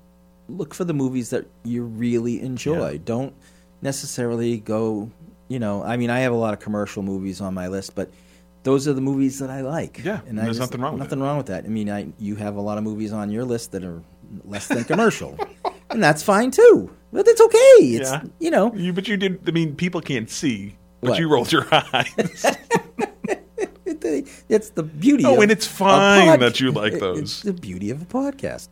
A: look for the movies that you really enjoy don't necessarily go you know i mean i have a lot of commercial movies on my list but those are the movies that i like
B: Yeah, and
A: I
B: there's nothing wrong with
A: nothing wrong with that i mean I, you have a lot of movies on your list that are less than commercial and that's fine too but it's okay it's
B: Yeah.
A: you know
B: you, but you did i mean people can't see but
A: What?
B: you rolled your eyes
A: It- it- it's the beauty.
B: Oh,
A: of
B: and it's
A: a
B: fine
A: pod-
B: that you like
A: it- it's
B: those.
A: the beauty of a podcast.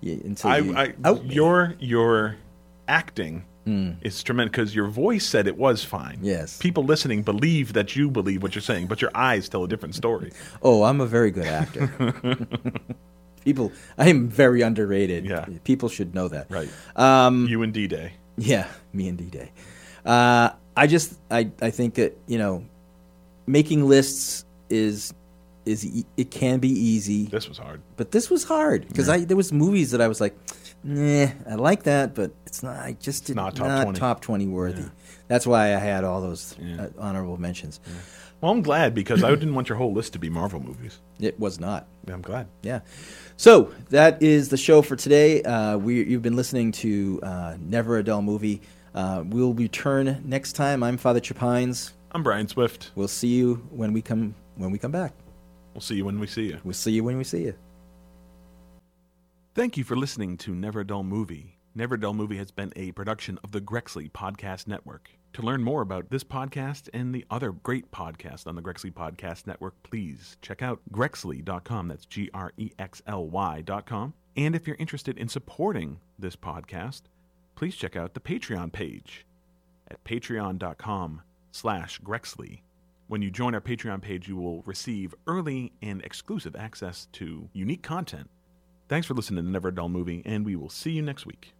A: You, until
B: I,
A: you Oh,
B: I
A: out me.
B: your your acting is tremendous because your voice said it was fine.
A: Yes.
B: people listening believe that you believe what you're saying, but your eyes tell a different story.
A: Oh, I'm a very good actor. People, I am very underrated.
B: Yeah.
A: People should know that.
B: Right.
A: Um,
B: you and D Day.
A: Yeah, me and D Day. Uh, I just I I think that you know, making lists is is e- it can be easy,
B: This was hard.
A: but this was hard because I there was movies that I was like, nah, I like that, but it's not. I just did
B: not
A: not
B: top
A: top,
B: 20.
A: 20 worthy. That's why I had all those uh, honorable mentions.
B: Well, I'm glad because I didn't want your whole list to be Marvel movies.
A: It was not.
B: I'm glad.
A: Yeah. So that is the show for today. Uh, we you've been listening to uh, Never a Dull Movie. Uh, we'll return next time. I'm Father Chapines.
B: I'm Brian Swift.
A: We'll see you when we come when we come back.
B: We'll see you when we see you.
A: We'll see you when we see you.
B: Thank you for listening to Never a Dull Movie. Never a Dull Movie has been a production of the Grexley Podcast Network. To learn more about this podcast and the other great podcasts on the Grexley Podcast Network, please check out grexley.com. That's G R E X L Y.com. And if you're interested in supporting this podcast, please check out the Patreon page at patreon.com slash grexley when you join our patreon page you will receive early and exclusive access to unique content thanks for listening to never a dull movie and we will see you next week